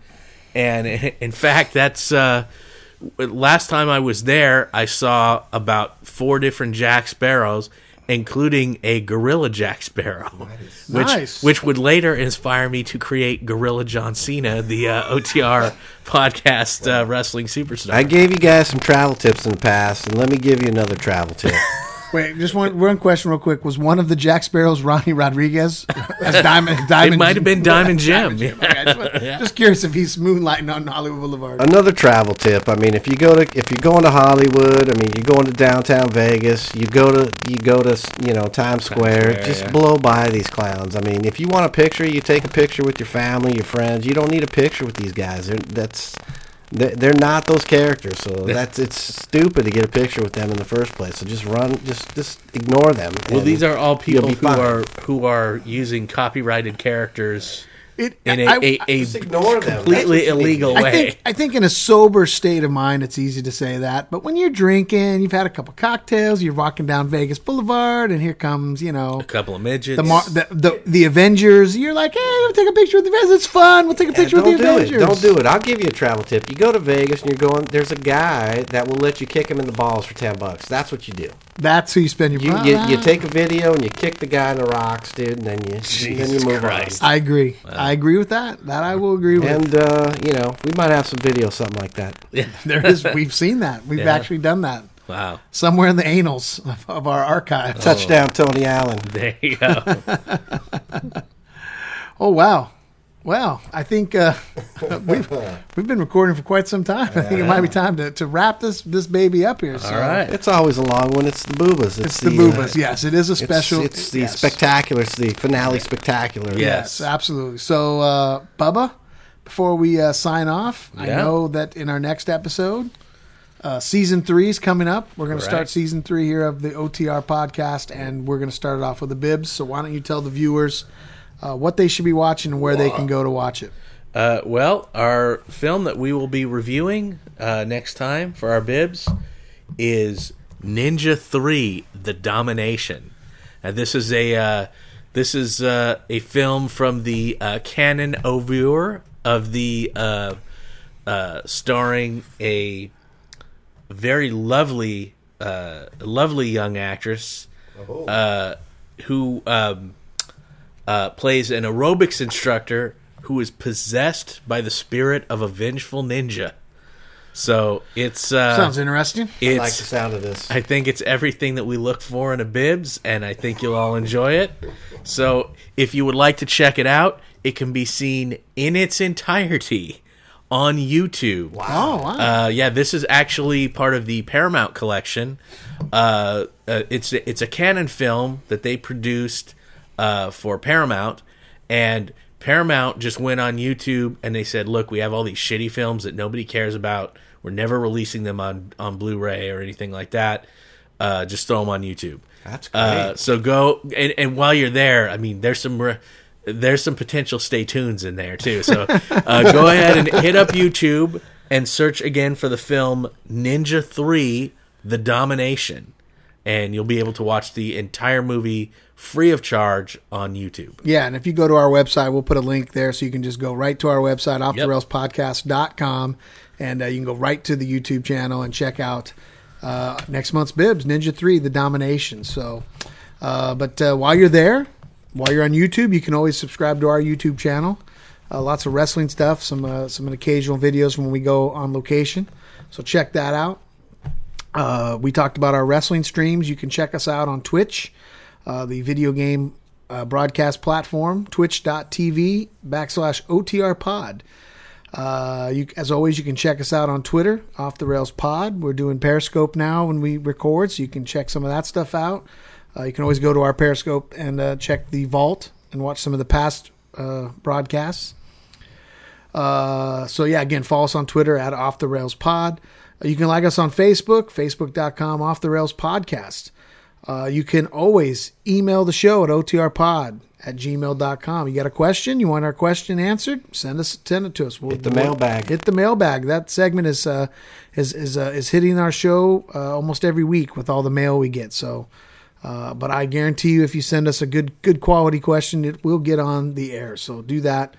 and in fact, that's uh, last time I was there, I saw about four different Jack Sparrows. Including a gorilla Jack Sparrow, which Nice. which would later inspire me to create Gorilla John Cena, the uh, OTR podcast uh, wrestling superstar. I gave you guys some travel tips in the past, and let me give you another travel tip. Wait, just one one question real quick. Was one of the Jack Sparrows Ronnie Rodriguez as Diamond? Diamond it might have been Diamond Jim. Okay, just, just curious if he's moonlighting on Hollywood Boulevard. another travel tip. I mean, if you go to if you're going to Hollywood, I mean, you're going to downtown Vegas. You go to you go to you know Times Square. just blow by these clowns. I mean, if you want a picture, you take a picture with your family, your friends. You don't need a picture with these guys. They're, that's they're they're not those characters. So that's it's stupid to get a picture with them in the first place. So just run, just just ignore them. Well, and these are all you'll people be who fine. are who are using copyrighted characters It, in a, I- a, I- a Just ignore them. completely illegal I think, way. I think in a sober state of mind, it's easy to say that. But when you're drinking, you've had a couple cocktails, you're walking down Vegas Boulevard, and here comes, you know, A couple of midgets. the, mar- the, the the Avengers. You're like, hey, we'll take a picture with the Avengers. It's fun. We'll take a Yeah, picture don't with the do Avengers. it. Don't do it. I'll give you a travel tip. You go to Vegas and you're going. There's a guy that will let you kick him in the balls for ten bucks. That's what you do. That's who you spend your You money you, you take a video and you kick the guy in the rocks, dude, and then you then you Jesus move Christ. on. I agree. I agree with that. That I will agree with. And uh, you know, we might have some video, something like that. Oh. there is. We've seen that. We've actually done that wow. somewhere in the anals of, of our archive. Touchdown, Tony Allen. There you go. Oh wow, wow! I think uh, we've we've been recording for quite some time. I think it might be time to, to wrap this this baby up here. So. all right. It's always a long one. It's the boobas. It's, It's the, uh, boobas. yes, it is a it's- special. It's, the yes. spectacular. It's the finale spectacular. Yes. Yes, absolutely. So, uh, Bubba, before we uh, sign off, I Yeah. know that in our next episode, uh, season three is coming up. We're going to start Correct. season three here of the OTR podcast, and we're going to start it off with the bibs. So, why don't you tell the viewers uh, what they should be watching and where they can go to watch it? Uh, well, our film that we will be reviewing uh, next time for our bibs is Ninja Three: The Domination. And this is a uh, this is uh, a film from the uh, canon overture of the uh, uh, starring a very lovely uh, lovely young actress uh, who um, uh, plays an aerobics instructor who is possessed by the spirit of a vengeful ninja. So it's uh, Sounds interesting. it's, I like the sound of this. I think it's everything that we look for in a bibs, and I think you'll all enjoy it. So, if you would like to check it out, it can be seen in its entirety on YouTube. Oh, wow. Uh, yeah, this is actually part of the Paramount collection. Uh, uh, it's it's a canon film that they produced uh, for Paramount, and Paramount just went on YouTube and they said, "Look, we have all these shitty films that nobody cares about. We're never releasing them on on Blu-ray or anything like that. Uh, just throw them on YouTube." That's Uh, great. so go and, and while you're there, I mean, there's some re- there's some potential stay tunes in there too. So uh, go ahead and hit up YouTube and search again for the film Ninja Three: The Domination, and you'll be able to watch the entire movie free of charge on YouTube. Yeah, and if you go to our website, we'll put a link there so you can just go right to our website, offtherailspodcast.com, and uh, you can go right to the YouTube channel and check out uh, next month's Bibs, Ninja 3, The Domination. So, uh, but uh, while you're there, while you're on YouTube, you can always subscribe to our YouTube channel. Uh, lots of wrestling stuff, some uh, some occasional videos when we go on location. So check that out. Uh, we talked about our wrestling streams. You can check us out on Twitch, uh, the video game uh, broadcast platform, twitch.tv backslash OTR pod. Uh, you, as always, you can check us out on Twitter, Off the Rails Pod. We're doing Periscope now when we record, so you can check some of that stuff out. Uh, you can always go to our Periscope and uh, check the vault and watch some of the past uh, broadcasts. Uh, so yeah, again, follow us on Twitter at Off the Rails Pod. Uh, You can like us on Facebook, facebook.com Off the Rails Podcast. Uh, you can always email the show at otrpod at gmail.com. You got a question? You want our question answered? Send us send it to us. We'll, Hit the mailbag. Hit the mailbag. That segment is uh, is is uh, is hitting our show uh, almost every week with all the mail we get. So, uh, but I guarantee you, if you send us a good good quality question, it will get on the air. So do that.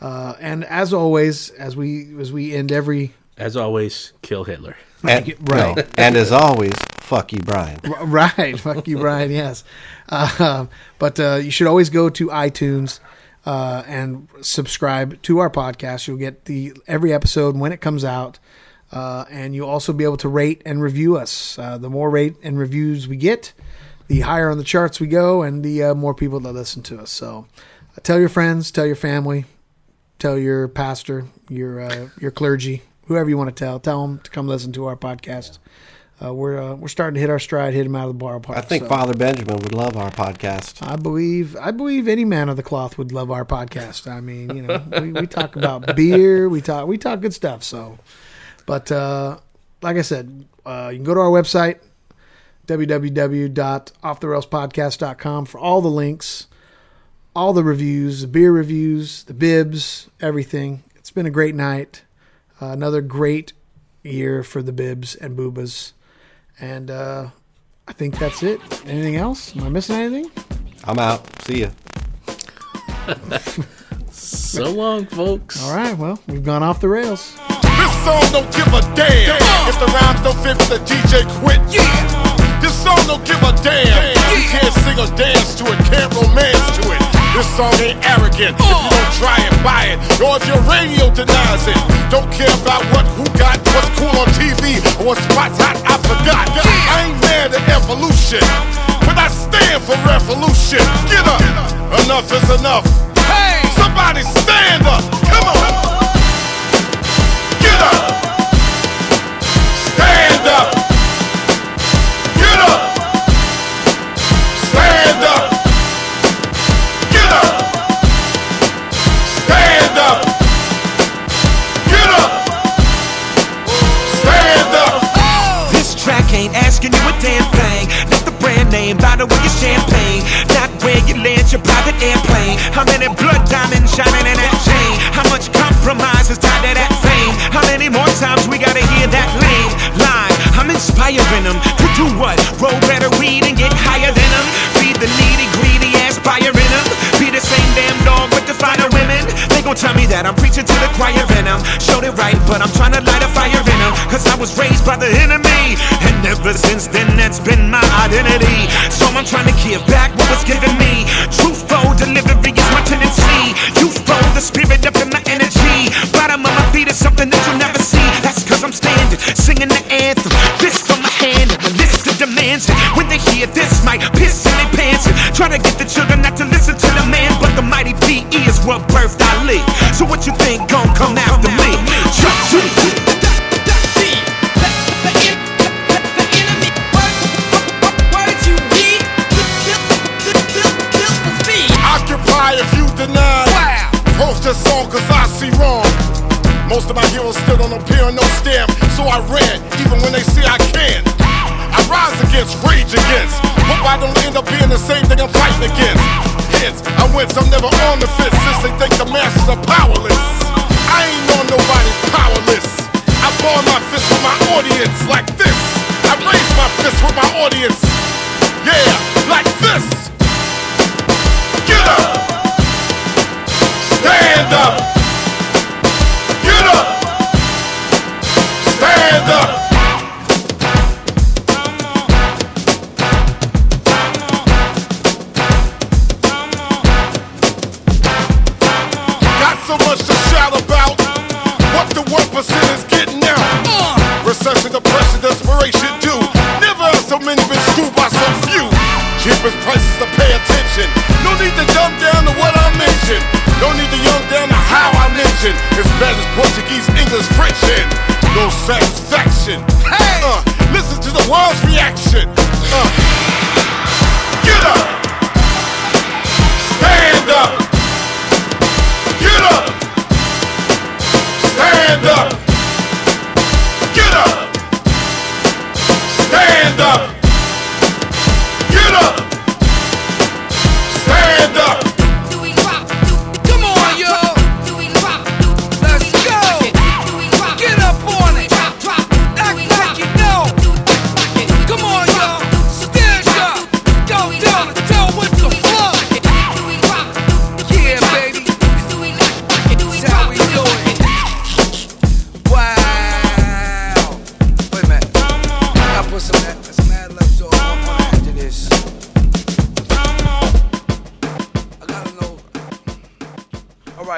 Uh, and as always, as we as we end every As always, kill Hitler. And, right. no. and as always, fuck you, Brian. right, fuck you, Brian. Yes, uh, but uh, you should always go to iTunes uh, and subscribe to our podcast. You'll get the every episode when it comes out, uh, and you'll also be able to rate and review us. Uh, the more rate and reviews we get, the higher on the charts we go, and the uh, more people that listen to us. So, uh, tell your friends, tell your family, tell your pastor, your uh, your clergy, whoever you want to tell, tell them to come listen to our podcast. Uh, we're uh, we're starting to hit our stride, hit him out of the ballpark. I think so. Father Benjamin would love our podcast. I believe I believe any man of the cloth would love our podcast. I mean, you know, we, we talk about beer, we talk we talk good stuff. So, but uh, like I said, uh, you can go to our website www.offtherailspodcast.com for all the links, all the reviews, the beer reviews, the bibs, everything. It's been a great night, uh, another great year for the bibs and boobas, and uh, I think that's it. Anything else? Am I missing anything? I'm out. See ya. So long, folks. All right, well, we've gone off the rails. This song don't give a damn. If the rhymes don't fit, the DJ quit. This song don't give a damn. You can't sing or dance to it, can't romance to it. This song ain't arrogant. If you don't try and buy it, or if your radio denies it, don't care about what who got, what's cool on TV, or what spots hot. I forgot. I ain't mad at evolution, but I stand for revolution. Get up. Enough is enough. Hey, somebody stand up. Come on. Get up! Stand up! Get up! Stand up! Get up! Stand up! Get up! Stand up! This track ain't asking you a damn thing. Not the brand name, bottle with your champagne. Not where you land your private airplane. How many blood diamonds shining in that chain? How much compromise is tied to that fame? How many more times we gotta hear that lame line? I'm inspiring them to do what? Roll better weed and get higher than them. Feed the needy, greedy aspire in them. Be the same damn dog with the finer women. They gon' tell me that I'm preaching to the choir and I'm showed it right, but I'm trying to light a fire in them. Cause I was raised by the enemy. And ever since then, that's been my identity. So I'm trying to give back what was given me. Truthful delivery is my tendency. Youthful, the spirit up in my energy. Bottom of my feet is something that you'll never see. That's cause I'm standing, singing the anthem. Fist on my hand, and the list of demands. And when they hear this, might piss in their pants. And try to get the children not to listen to the man, but the mighty PE is what birthed I live. So what you think gon' come after me? Chuck G. Occupy if you deny. Most of my heroes stood on a pier and no stem, so I ran, even when they see I can. I rise against, rage against. Hope I don't end up being the same thing I'm fighting against. Hence, I wins, I'm never on the fence since they think the masses are powerless. I ain't on nobody's power list. I ball my fist with my audience like this. I raise my fist with my audience. Yeah, like this. Get up. Stand up. Get up. Stand up. Got so much to shout about. What the one percent is getting out. Recession, depression, desperation do. Never have so many been screwed by so few. Cheapest prices to pay attention. No need to dumb down to what I mentioned. No need to young down to how I mentioned. It's bad as Portuguese, English, French, and no satisfaction. Hey, uh, listen to the world's reaction. Uh, get up, stand up. Get up! Stand up! Get up! Stand up! Get up! Stand up!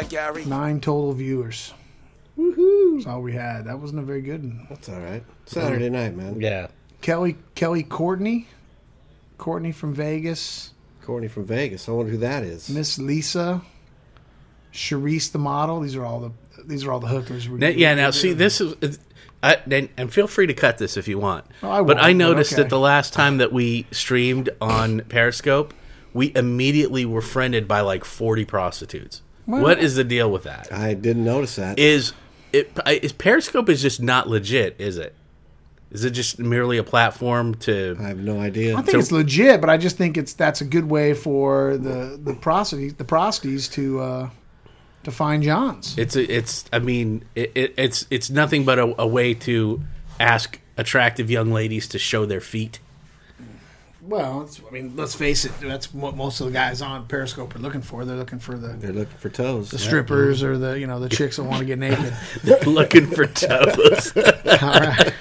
Gary. Nine total viewers. That's all we had. That wasn't a very good one. That's all right. Saturday night, man. Yeah. Kelly Kelly Courtney, Courtney from Vegas, Courtney from Vegas. I wonder who that is. Miss Lisa, Charisse the model. These are all the these are all the hookers. we- Now, yeah, now see, this is. I, and, and feel free to cut this if you want. Oh, I but won't, I but noticed okay. that the last time that we streamed on Periscope, we immediately were friended by like 40 prostitutes. what is the deal with that? I didn't notice that. Is it I- is Periscope is just not legit, is it? Is it just merely a platform to I have no idea. I think it's legit, but I just think it's that's a good way for the the prostitutes the prostitutes to uh, to find Johns. It's a, it's. I mean, it, it, it's it's nothing but a, a way to ask attractive young ladies to show their feet. Well, it's, I mean, let's face it. That's what most of the guys on Periscope are looking for. They're looking for the They're looking for toes. the strippers or the you know the chicks that want to get naked. They're looking for toes. All right.